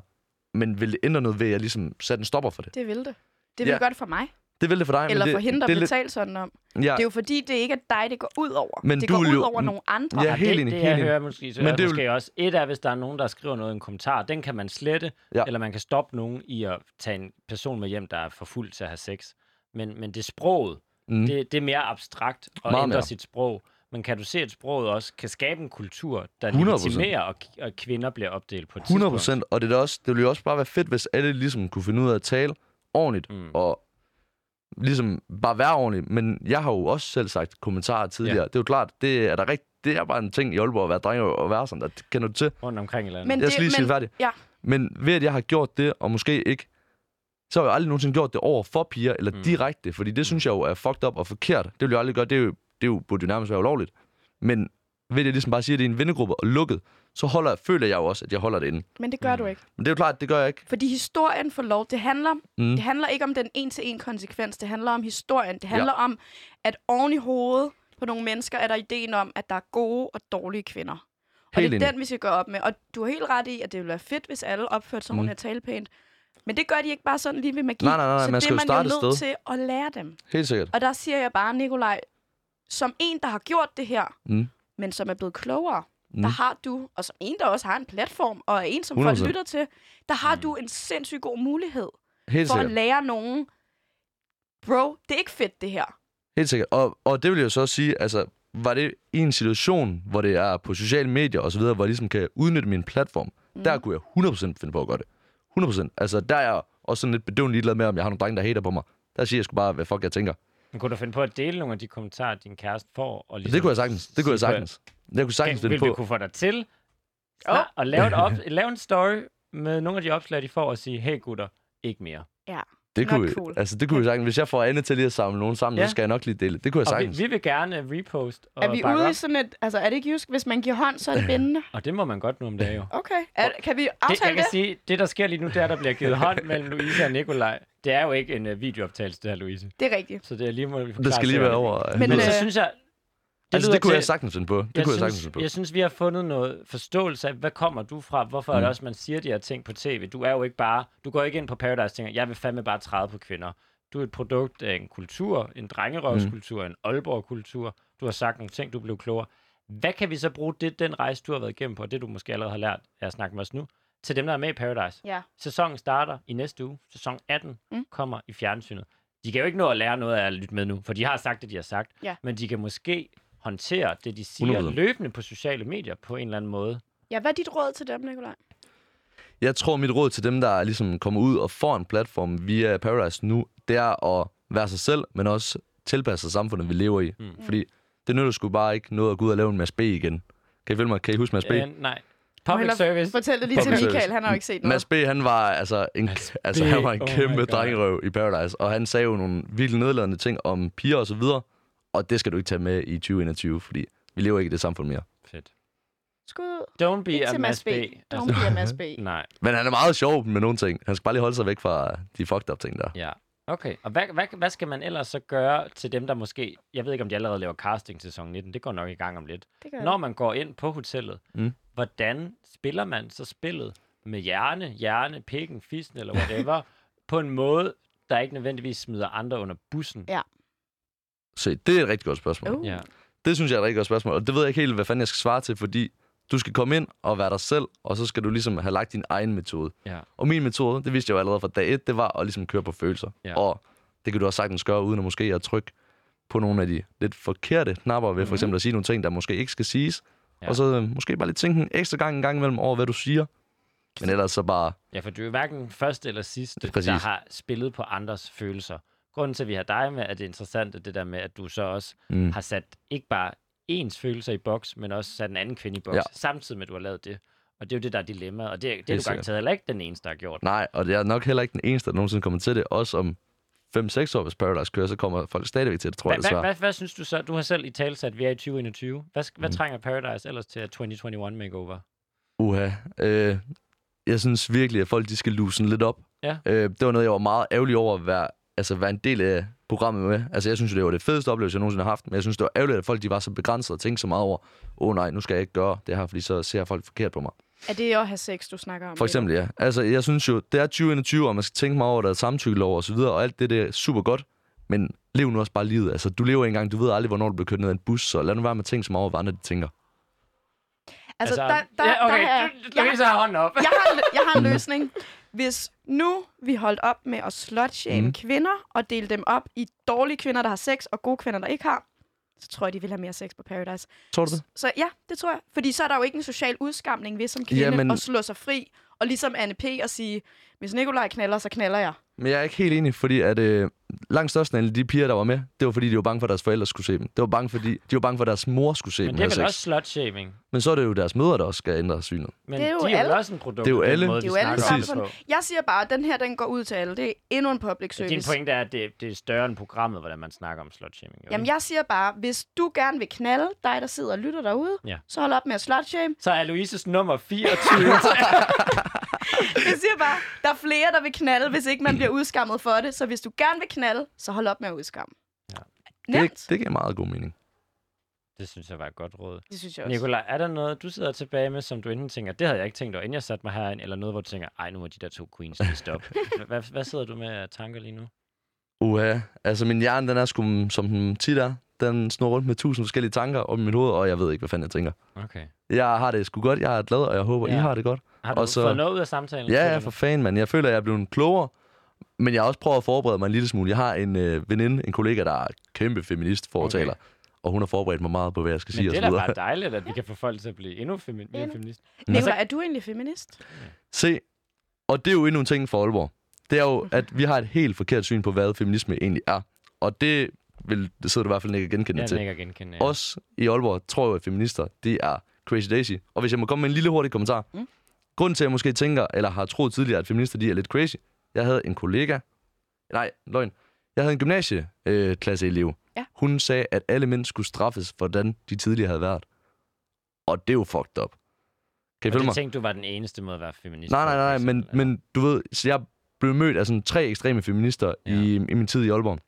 Speaker 5: men vil det ændre noget ved, at jeg ligesom satte en stopper for det?
Speaker 1: Det vil det. Det vil
Speaker 5: Ja.
Speaker 1: ja. gøre det for mig.
Speaker 5: Det vil det for dig,
Speaker 1: Eller
Speaker 5: men det,
Speaker 1: for hende, der
Speaker 5: det er
Speaker 1: bliver
Speaker 5: lidt-
Speaker 1: talt sådan om.
Speaker 5: ja,
Speaker 1: Det er jo fordi, det ikke er dig, det går ud over.
Speaker 5: Men
Speaker 1: det
Speaker 5: du
Speaker 1: går
Speaker 5: vil
Speaker 1: ud
Speaker 5: jo-
Speaker 1: over nogle andre.
Speaker 5: Ja,
Speaker 2: Og
Speaker 5: helt
Speaker 2: det,
Speaker 5: enig,
Speaker 2: det,
Speaker 5: helt
Speaker 2: jeg
Speaker 5: enig.
Speaker 2: hører måske, så
Speaker 5: Men
Speaker 2: Men
Speaker 5: det er
Speaker 2: det
Speaker 5: jo-
Speaker 2: måske også, et er, hvis der er nogen, der skriver noget i en kommentar, den kan man slette,
Speaker 5: Ja.
Speaker 2: ja. eller man kan stoppe nogen i at tage en person med hjem, der er for fuld til at have sex. Men, men det sproget,
Speaker 5: Mm.
Speaker 2: mm. det, det er mere abstrakt at
Speaker 5: Meget
Speaker 2: ændre
Speaker 5: mere.
Speaker 2: sit sprog. Men kan du se, at sproget også kan skabe en kultur, der
Speaker 5: 100%.
Speaker 2: legitimerer, og, og kvinder bliver opdelt på et
Speaker 5: 100
Speaker 2: tidspunkt?
Speaker 5: procent. Og det, er da også, det ville jo også bare være fedt, hvis alle ligesom kunne finde ud af at tale ordentligt, mm.
Speaker 2: Mm.
Speaker 5: og ligesom bare være ordentlig. Men jeg har jo også selv sagt kommentarer tidligere.
Speaker 2: Ja.
Speaker 5: Det er jo klart, det er, der rigt, det er bare en ting i Aalborg at være dreng og og være sådan. Der kender du til.
Speaker 2: Rundt omkring eller andet.
Speaker 1: Men
Speaker 5: Jeg skal lige sige det færdigt.
Speaker 1: Ja,
Speaker 5: Men ved at jeg har gjort det, og måske ikke, så har jeg jo aldrig nogensinde gjort det over for piger, eller mm.
Speaker 2: Mm.
Speaker 5: direkte, fordi det synes jeg jo er fucked up og forkert. Det vil jeg aldrig gøre, det, er jo, det er jo, burde jo nærmest være ulovligt. Men ved at jeg ligesom bare siger, at det er en vennegruppe og lukket, så holder, føler jeg jo også, at jeg holder det inde.
Speaker 1: men det gør du ikke.
Speaker 5: Men det er jo klart, det gør jeg ikke.
Speaker 1: Fordi historien får lov. Det handler,
Speaker 5: Mm.
Speaker 1: mm. det handler ikke om den en-til-en konsekvens. Det handler om historien. Det handler ja. om, at oven i hovedet på nogle mennesker er der ideen om, at der er gode og dårlige kvinder. Og
Speaker 5: Helt
Speaker 1: det er
Speaker 5: enig.
Speaker 1: den, vi skal gå op med. Og du har helt ret i, at det ville være fedt, hvis alle opførte sig
Speaker 5: Mm.
Speaker 1: mm. ordentligt og talte pænt. Men det gør de ikke bare sådan lige ved magi.
Speaker 5: Nej, nej, nej,
Speaker 1: så
Speaker 5: man
Speaker 1: det
Speaker 5: skal jo
Speaker 1: er man
Speaker 5: starte et
Speaker 1: jo nødt
Speaker 5: sted.
Speaker 1: til at lære dem.
Speaker 5: Helt sikkert.
Speaker 1: Og der siger jeg bare, Nikolaj, som en, der har gjort det her,
Speaker 5: Mm.
Speaker 1: men som er blevet klogere,
Speaker 5: Mm.
Speaker 1: mm. der har du, og som en, der også har en platform, og er en, som
Speaker 5: 100%.
Speaker 1: folk lytter til, der har mm. du en sindssygt god mulighed
Speaker 5: Helt
Speaker 1: for at
Speaker 5: sikkert.
Speaker 1: lære nogen, bro, det er ikke fedt det her.
Speaker 5: Helt sikkert. Og, og det vil jeg jo så også sige, altså, var det i en situation, hvor det er på sociale medier osv., hvor jeg ligesom kan udnytte min platform, mm. der kunne jeg 100% finde på at gøre det. 100%. Altså, der er jeg også sådan lidt bedøvende ligeglad med, om jeg har nogle drenge, der hater på mig. Der siger jeg sgu bare, hvad fuck jeg tænker.
Speaker 2: Men kunne du finde på at dele nogle af de kommentarer, din kæreste får? Og
Speaker 5: Det kunne jeg sagtens. Det kunne jeg
Speaker 2: sige på-
Speaker 5: sagtens. Jeg kunne sagtens
Speaker 2: Vil
Speaker 5: finde
Speaker 2: det
Speaker 5: på.
Speaker 2: kunne få dig til at oh. lave, et op, lave en story med nogle af de opslag, de får, og sige, hey gutter, ikke mere.
Speaker 1: Ja.
Speaker 5: Det
Speaker 1: Not
Speaker 5: kunne,
Speaker 1: cool.
Speaker 5: altså, det kunne jeg sagtens. Hvis jeg får Anne til lige at samle nogen sammen, ja.
Speaker 2: Ja.
Speaker 5: så skal jeg nok lige dele det. Det kunne jeg
Speaker 2: Og vi,
Speaker 5: sagtens.
Speaker 2: vi vil gerne repost og
Speaker 1: Er vi
Speaker 2: bakke
Speaker 1: ude i
Speaker 2: op.
Speaker 1: sådan et, altså er det ikke jysk, hvis man giver hånd, så er det bindende?
Speaker 2: Og det må man godt nu om dagen jo.
Speaker 1: Okay, er, kan vi
Speaker 2: Det,
Speaker 1: aftale
Speaker 2: jeg
Speaker 1: det?
Speaker 2: kan sige, det der sker lige nu, det er, der bliver givet hånd mellem Louise og Nikolaj. Det er jo ikke en uh, videoptagelse, det her, Louise.
Speaker 1: Det er rigtigt.
Speaker 2: Så det er lige må vi
Speaker 5: Det
Speaker 2: forklare
Speaker 5: skal lige være
Speaker 2: seerne.
Speaker 5: over.
Speaker 1: Men,
Speaker 5: Men,
Speaker 2: Men så
Speaker 1: øh,
Speaker 2: synes jeg...
Speaker 5: det, altså,
Speaker 2: lyder
Speaker 5: det kunne
Speaker 2: til-
Speaker 5: jeg sagtens finde på. Det kunne jeg sagtens
Speaker 2: synes,
Speaker 5: finde på.
Speaker 2: jeg synes, vi har fundet noget forståelse af, hvad kommer du fra? Hvorfor mm. er det også, man siger de her ting på tv? Du er jo ikke bare, du går ikke ind på Paradise og tænker, jeg vil fandme bare træde på kvinder. Du er et produkt af en kultur, en drengerøvskultur, mm. en Aalborg-kultur. Du har sagt nogle ting, du blev klogere. Hvad kan vi så bruge det, den rejse, du har været igennem på, og det du måske allerede har lært af at snakke med os nu, til dem, der er med i Paradise?
Speaker 1: Ja.
Speaker 2: Sæsonen starter i næste uge. Sæson 18
Speaker 1: Mm.
Speaker 2: mm. kommer i fjernsynet. De kan jo ikke nå at lære noget af at lytte med nu, for de har sagt det, de har sagt.
Speaker 1: Ja.
Speaker 2: Men de kan måske håndtere det, de siger
Speaker 5: 100%.
Speaker 2: løbende på sociale medier på en eller anden måde.
Speaker 1: ja, hvad er dit råd til dem, Nikolaj?
Speaker 5: Jeg tror, mit råd til dem, der ligesom kommer ud og får en platform via Paradise nu, det er at være sig selv, men også tilpasse sig samfundet, vi lever i. Mm. Fordi det nytter sgu bare ikke noget at gå ud og lave en Mads B igen. Kan I følge mig? Kan I huske Mads B?
Speaker 2: Øh, nej. Public service.
Speaker 1: Fortæl det lige til
Speaker 5: Public
Speaker 1: Michael,
Speaker 5: service.
Speaker 1: han har jo ikke set noget.
Speaker 5: Mads B, han var altså en, altså, han var en
Speaker 2: oh my
Speaker 5: kæmpe
Speaker 2: God.
Speaker 5: drengerøv i Paradise, og han sagde jo nogle virkelig nedladende ting om piger og så videre, og det skal du ikke tage med i 2021, fordi vi lever ikke i det samfund mere.
Speaker 2: Fedt.
Speaker 1: Skud.
Speaker 2: Don't be
Speaker 1: Ikke
Speaker 2: a
Speaker 1: til
Speaker 2: Mads B.
Speaker 1: Don't
Speaker 2: Altså,
Speaker 1: be a Mads B.
Speaker 2: nej.
Speaker 5: Men han er meget sjov med nogle ting. Han skal bare lige holde sig væk fra de fucked up ting der.
Speaker 2: Ja. Okay, og hvad, hvad, hvad skal man ellers så gøre til dem, der måske... Jeg ved ikke, om de allerede laver casting til sæson 19. Det går nok i gang om lidt.
Speaker 1: Det gør
Speaker 2: Når man går ind på hotellet,
Speaker 5: Mm.
Speaker 2: mm. hvordan spiller man så spillet med hjerne, hjerne, pikken, fissen eller whatever, på en måde, der ikke nødvendigvis smider andre under bussen?
Speaker 1: Ja.
Speaker 5: Se, det er et rigtig godt spørgsmål.
Speaker 1: Uh.
Speaker 2: Ja.
Speaker 5: Det synes jeg er et rigtig godt spørgsmål, og det ved jeg ikke helt, hvad fanden jeg skal svare til, fordi du skal komme ind og være dig selv, og så skal du ligesom have lagt din egen metode.
Speaker 2: ja.
Speaker 5: Og min metode, det vidste jeg jo allerede fra dag et, det var at ligesom køre på følelser.
Speaker 2: Ja.
Speaker 5: Og det kan du også sagtens gøre, uden at måske at trykke på nogle af de lidt forkerte knapper, ved for eksempel at sige nogle ting, der måske ikke skal siges. Ja.
Speaker 2: Mhm. Ja.
Speaker 5: Og så øh, måske bare lige tænke en ekstra gang en gang imellem over, hvad du siger. Men ellers så bare...
Speaker 2: Ja, for du er jo hverken den første eller sidste,
Speaker 5: Præcis.
Speaker 2: Præcis. der har spillet på andres følelser. Grunden til, at vi har dig med, er det interessante, det der med, at du så også
Speaker 5: Mm.
Speaker 2: mm. har sat ikke bare ens følelser i boks, men også sat en anden kvinde i boks,
Speaker 5: Ja.
Speaker 2: ja. samtidig med, at du har lavet det. Og det er jo det, der er dilemmaet, og det, det er
Speaker 5: Helt
Speaker 2: du garanteret heller ikke den eneste, der har gjort.
Speaker 5: Nej, og det er nok heller ikke den eneste, der nogensinde kommer til det. Også om 5-6 år, hvis Paradise kører, så kommer folk stadigvæk til det, tror jeg
Speaker 2: Hvad, hvad,
Speaker 5: desværre.
Speaker 2: hvad, hvad synes du så? Du har selv i tale sat, at vi er i 2021. Hvad, sk-
Speaker 5: Mm.
Speaker 2: hvad trænger Paradise ellers til at 2021 makeover?
Speaker 5: Uha. Øh, jeg synes virkelig, at folk de skal lusen lidt op.
Speaker 2: Ja.
Speaker 5: Øh, det var noget, jeg var meget ærgerlig over at være, altså, være en del af programmet med. Altså, jeg synes, jo, det var det fedeste oplevelse, jeg nogensinde har haft. Men jeg synes, det var ærgerligt, at folk de var så begrænsede og tænkte så meget over, åh oh, nej, nu skal jeg ikke gøre det her, fordi så ser folk forkert på mig.
Speaker 1: Er det at have sex, du snakker om?
Speaker 5: For eksempel, ja. Altså, jeg synes jo, det er 2021, og man skal tænke meget over, at der er samtykkelov og så videre, og alt det der er super godt. Men lev nu også bare livet. Altså, du lever ikke engang, du ved aldrig, hvornår du bliver kørt ned af en bus, så lad nu være med at tænke så meget over, hvad andre de tænker.
Speaker 1: Altså, der, der,
Speaker 2: ja, okay.
Speaker 1: der er, jeg,
Speaker 2: Louise har hånden op.
Speaker 1: jeg, har, en lø- jeg har en
Speaker 5: Mhm.
Speaker 1: løsning. Hvis nu vi holdt op med at slot
Speaker 5: Mhm.
Speaker 1: mm. kvinder og dele dem op i dårlige kvinder, der har sex, og gode kvinder, der ikke har, så tror jeg, de vil have mere sex på Paradise.
Speaker 5: Tror du det?
Speaker 1: Så ja, det tror jeg. Fordi så er der jo ikke en social udskamning ved som kvinde
Speaker 5: Jamen-
Speaker 1: Jamen. at slå sig fri. Og ligesom Anne P. at sige, hvis Nikolaj knaller, så knaller jeg.
Speaker 5: Men jeg er ikke helt enig, fordi at øh, langt størstedelen af de piger, der var med, det var fordi, de var bange for, at deres forældre skulle se dem. Det var bange, fordi de var bange for, at deres mor skulle se
Speaker 2: Men
Speaker 5: dem.
Speaker 2: det
Speaker 5: have
Speaker 2: er vel
Speaker 5: sex.
Speaker 2: også slut-shaming.
Speaker 5: Men så er det jo deres mødre, der også skal ændre synet.
Speaker 2: Men
Speaker 1: Det er jo
Speaker 2: de er
Speaker 1: alle.
Speaker 2: vel også en produkt.
Speaker 5: Det er jo
Speaker 2: af den
Speaker 5: alle.
Speaker 2: Måde,
Speaker 1: Det er
Speaker 2: vi
Speaker 1: jo alle
Speaker 2: snakker om
Speaker 1: sammen.
Speaker 2: på.
Speaker 1: Jeg siger bare, at den her, den går ud til alle. Det er endnu en public
Speaker 2: Så
Speaker 1: service.
Speaker 2: din pointe er, at det, det er større end programmet, hvordan man snakker om slut-shaming. jo,
Speaker 1: Jamen,
Speaker 2: ikke?
Speaker 1: jeg siger bare, hvis du gerne vil knalde dig, der sidder og lytter derude,
Speaker 2: Ja.
Speaker 1: ja. så hold op med at slut shame.
Speaker 2: Så er Louises nummer 24.
Speaker 1: Jeg siger bare, der er flere, der vil knalde, hvis ikke man bliver udskammet for det. Så hvis du gerne vil knalde, så hold op med at udskamme. Ja. Nemt.
Speaker 5: Det,
Speaker 1: Det,
Speaker 5: det giver meget god mening.
Speaker 2: det synes jeg var et godt råd.
Speaker 1: det synes jeg også.
Speaker 2: Nikolaj, er der noget, du sidder tilbage med, som du enten tænker, det havde jeg ikke tænkt over, inden jeg satte mig herind, eller noget, hvor du tænker, ej, nu må de der to queens lige stoppe. hvad, hvad sidder du med af tanker lige nu?
Speaker 5: Uha, altså min hjerne, den er sgu, mm, som den tit er. Den snor rundt med tusind forskellige tanker om i mit hoved, og jeg ved ikke, hvad fanden jeg tænker.
Speaker 2: Okay.
Speaker 5: Jeg har det sgu godt, jeg er glad, og jeg håber,
Speaker 2: Ja.
Speaker 5: ja. I har det godt.
Speaker 2: Har du
Speaker 5: Og
Speaker 2: så...
Speaker 5: så-
Speaker 2: fået noget ud af samtalen?
Speaker 5: Ja,
Speaker 2: føler
Speaker 5: ja,
Speaker 2: du?
Speaker 5: for fanden, mand. Jeg føler, at jeg er blevet klogere, men jeg har også prøvet at forberede mig en lille smule. Jeg har en øh, veninde, en kollega, der er kæmpe feminist fortaler, okay. og hun har forberedt mig meget på, hvad jeg skal
Speaker 2: Men
Speaker 5: sige
Speaker 2: det
Speaker 5: og
Speaker 2: er
Speaker 5: så
Speaker 2: da
Speaker 5: videre.
Speaker 2: bare dejligt, at vi kan få folk til at blive endnu femi- mere
Speaker 1: Endnu.
Speaker 2: feminist.
Speaker 1: Nikolaj, er du egentlig feminist?
Speaker 5: Se, og det er jo endnu en ting for Aalborg. Det er jo,
Speaker 2: Mhm.
Speaker 5: at vi har et helt forkert syn på, hvad feminisme egentlig er. Og det, vil, det sidder du i hvert fald ikke genkendende
Speaker 2: Jeg
Speaker 5: til.
Speaker 2: kan ikke genkende. ja.
Speaker 5: Os i Aalborg tror jo, at feminister, det er crazy daisy. Og hvis jeg må komme med en lille hurtig kommentar.
Speaker 1: Mm.
Speaker 5: Mm. Grunden til, at jeg måske tænker, eller har troet tidligere, at feminister, de er lidt crazy. Jeg havde en kollega, nej, løgn. Jeg havde en gymnasieklasseelev. Øh, klasseelev.
Speaker 1: Ja.
Speaker 5: Hun sagde, at alle mænd skulle straffes, for, hvordan de tidligere havde været. Og det er jo fucked up. Kan I
Speaker 2: Og
Speaker 5: følge
Speaker 2: det
Speaker 5: mig?
Speaker 2: tænkte du var den eneste måde at være feminist.
Speaker 5: Nej, nej,
Speaker 2: på,
Speaker 5: nej,
Speaker 2: for
Speaker 5: men,
Speaker 2: eksempel, eller?
Speaker 5: men du ved, så jeg blev mødt af sådan tre ekstreme feminister ja. i, i min tid i Aalborg.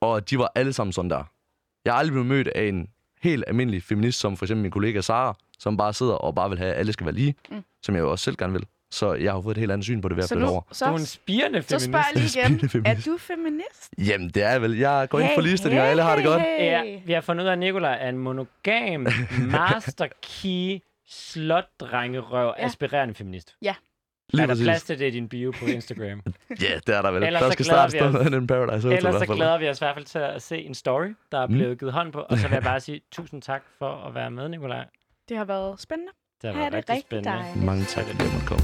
Speaker 5: Og de var alle sammen sådan der. Jeg er aldrig blevet mødt af en helt almindelig feminist, som for eksempel min kollega Sara, som bare sidder og bare vil have, at alle skal være lige,
Speaker 1: Mm.
Speaker 5: mm. som jeg jo også selv gerne vil. Så jeg har jo fået et helt andet syn på det ved at
Speaker 1: så
Speaker 5: flytte over.
Speaker 1: så,
Speaker 2: Du er en
Speaker 1: så,
Speaker 2: spirende
Speaker 1: så
Speaker 2: feminist.
Speaker 1: spørger jeg lige igen,
Speaker 5: Spirende
Speaker 1: er
Speaker 5: feminist.
Speaker 1: du feminist?
Speaker 5: Jamen, det er jeg vel. Jeg går ind for ligestilling, og alle har det godt.
Speaker 2: Ja, vi har fundet ud af, at Nikolaj er en monogam, master key, slot drengerøv,
Speaker 1: Ja.
Speaker 2: aspirerende feminist.
Speaker 5: Lige
Speaker 2: er der
Speaker 5: præcis.
Speaker 2: plads til det i din bio på Instagram?
Speaker 5: Ja, det er der vel.
Speaker 2: Ellers
Speaker 5: der
Speaker 2: så
Speaker 5: skal
Speaker 2: glæder
Speaker 5: snart
Speaker 2: vi
Speaker 5: stå
Speaker 2: os.
Speaker 5: noget i den Paradise Hotel. i
Speaker 2: Ellers
Speaker 5: hvert
Speaker 2: så
Speaker 5: fald. Mm.
Speaker 2: glæder vi os i hvert fald til at se en story, der er blevet givet hånd på. Og så vil jeg bare sige tusind tak for at være med, Nikolaj.
Speaker 1: Det har været spændende.
Speaker 2: Det har
Speaker 1: Ha'
Speaker 2: været
Speaker 1: det
Speaker 2: rigtig
Speaker 1: rigtig
Speaker 2: spændende.
Speaker 1: dejligt.
Speaker 5: Mange tak, fordi jeg måtte komme.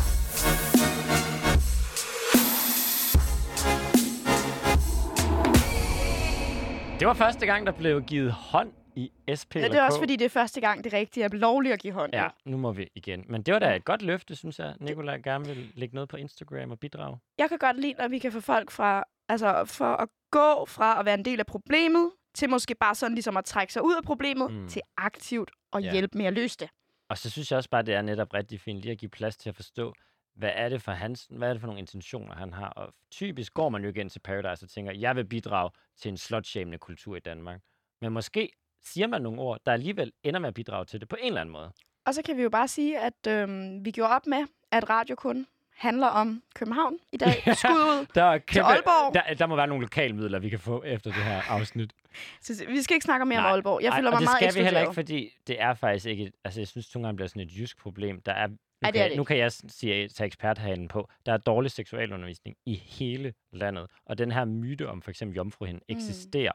Speaker 2: Det var første gang, der blev givet hånd i SP.
Speaker 1: Ja, det er også fordi, det er første gang, det rigtige er lovligt at give hånd.
Speaker 2: Ja, nu må vi igen. Men det var da et godt løfte, synes jeg. Nikolaj gerne vil lægge noget på Instagram og bidrage.
Speaker 1: Jeg kan godt lide, når vi kan få folk fra, altså for at gå fra at være en del af problemet, til måske bare sådan ligesom at trække sig ud af problemet,
Speaker 2: Mm.
Speaker 1: mm. til aktivt at
Speaker 2: Ja.
Speaker 1: ja. hjælpe med at løse det.
Speaker 2: Og så synes jeg også bare, det er netop rigtig fint lige at give plads til at forstå, hvad er det for, hans, hvad er det for nogle intentioner, han har. Og typisk går man jo igen til Paradise og tænker, jeg vil bidrage til en slotshamende kultur i Danmark. Men måske siger man nogle ord, der alligevel ender med at bidrage til det på en eller anden måde.
Speaker 1: Og så kan vi jo bare sige, at øhm, vi gjorde op med, at radio kun handler om København i dag. Skud ud.
Speaker 2: Der, er
Speaker 1: Aalborg.
Speaker 2: Der, der må være nogle lokalmidler, vi kan få efter det her afsnit.
Speaker 1: Så vi skal ikke snakke mere
Speaker 2: Nej.
Speaker 1: om Aalborg. Jeg føler
Speaker 2: og
Speaker 1: mig
Speaker 2: det
Speaker 1: meget
Speaker 2: skal vi heller
Speaker 1: ekskluderet.
Speaker 2: ikke, fordi det er faktisk ikke... et- Altså, jeg synes, nogle gange bliver sådan et jysk problem. Der er, nu,
Speaker 1: er
Speaker 2: kan, jeg-
Speaker 1: det
Speaker 2: nu
Speaker 1: ikke.
Speaker 2: kan jeg s- sige, tage eksperthalen på. Der er dårlig seksualundervisning i hele landet. Og den her myte om for eksempel jomfruhinden
Speaker 1: Mm.
Speaker 2: eksisterer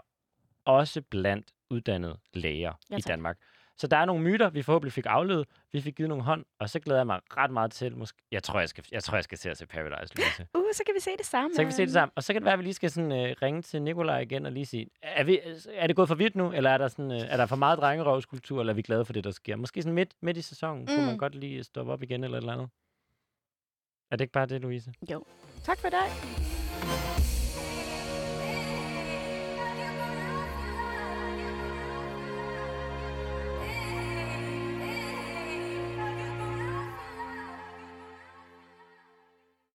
Speaker 2: også blandt uddannede læger
Speaker 1: Ja,
Speaker 2: i
Speaker 1: tak.
Speaker 2: Danmark. Så der er nogle myter, vi forhåbentlig fik afledt. Vi fik givet nogle hånd, og så glæder jeg mig ret meget til. Måske, jeg, tror, jeg, skal, jeg tror, jeg skal til at se Paradise, Louise.
Speaker 1: Uh, så kan vi se det sammen.
Speaker 2: Så kan vi se det sammen. Og så kan det være, at vi lige skal sådan, øh, ringe til Nikolaj igen og lige sige, er, vi, øh, er det gået for vidt nu, eller er der, sådan, øh, er der for meget drengerøvskultur, eller er vi glade for det, der sker? Måske sådan midt, midt i sæsonen, mm. kunne man
Speaker 1: Mm.
Speaker 2: godt lige stoppe op igen eller et eller andet. Er det ikke bare det, Louise?
Speaker 1: Tak for i dag.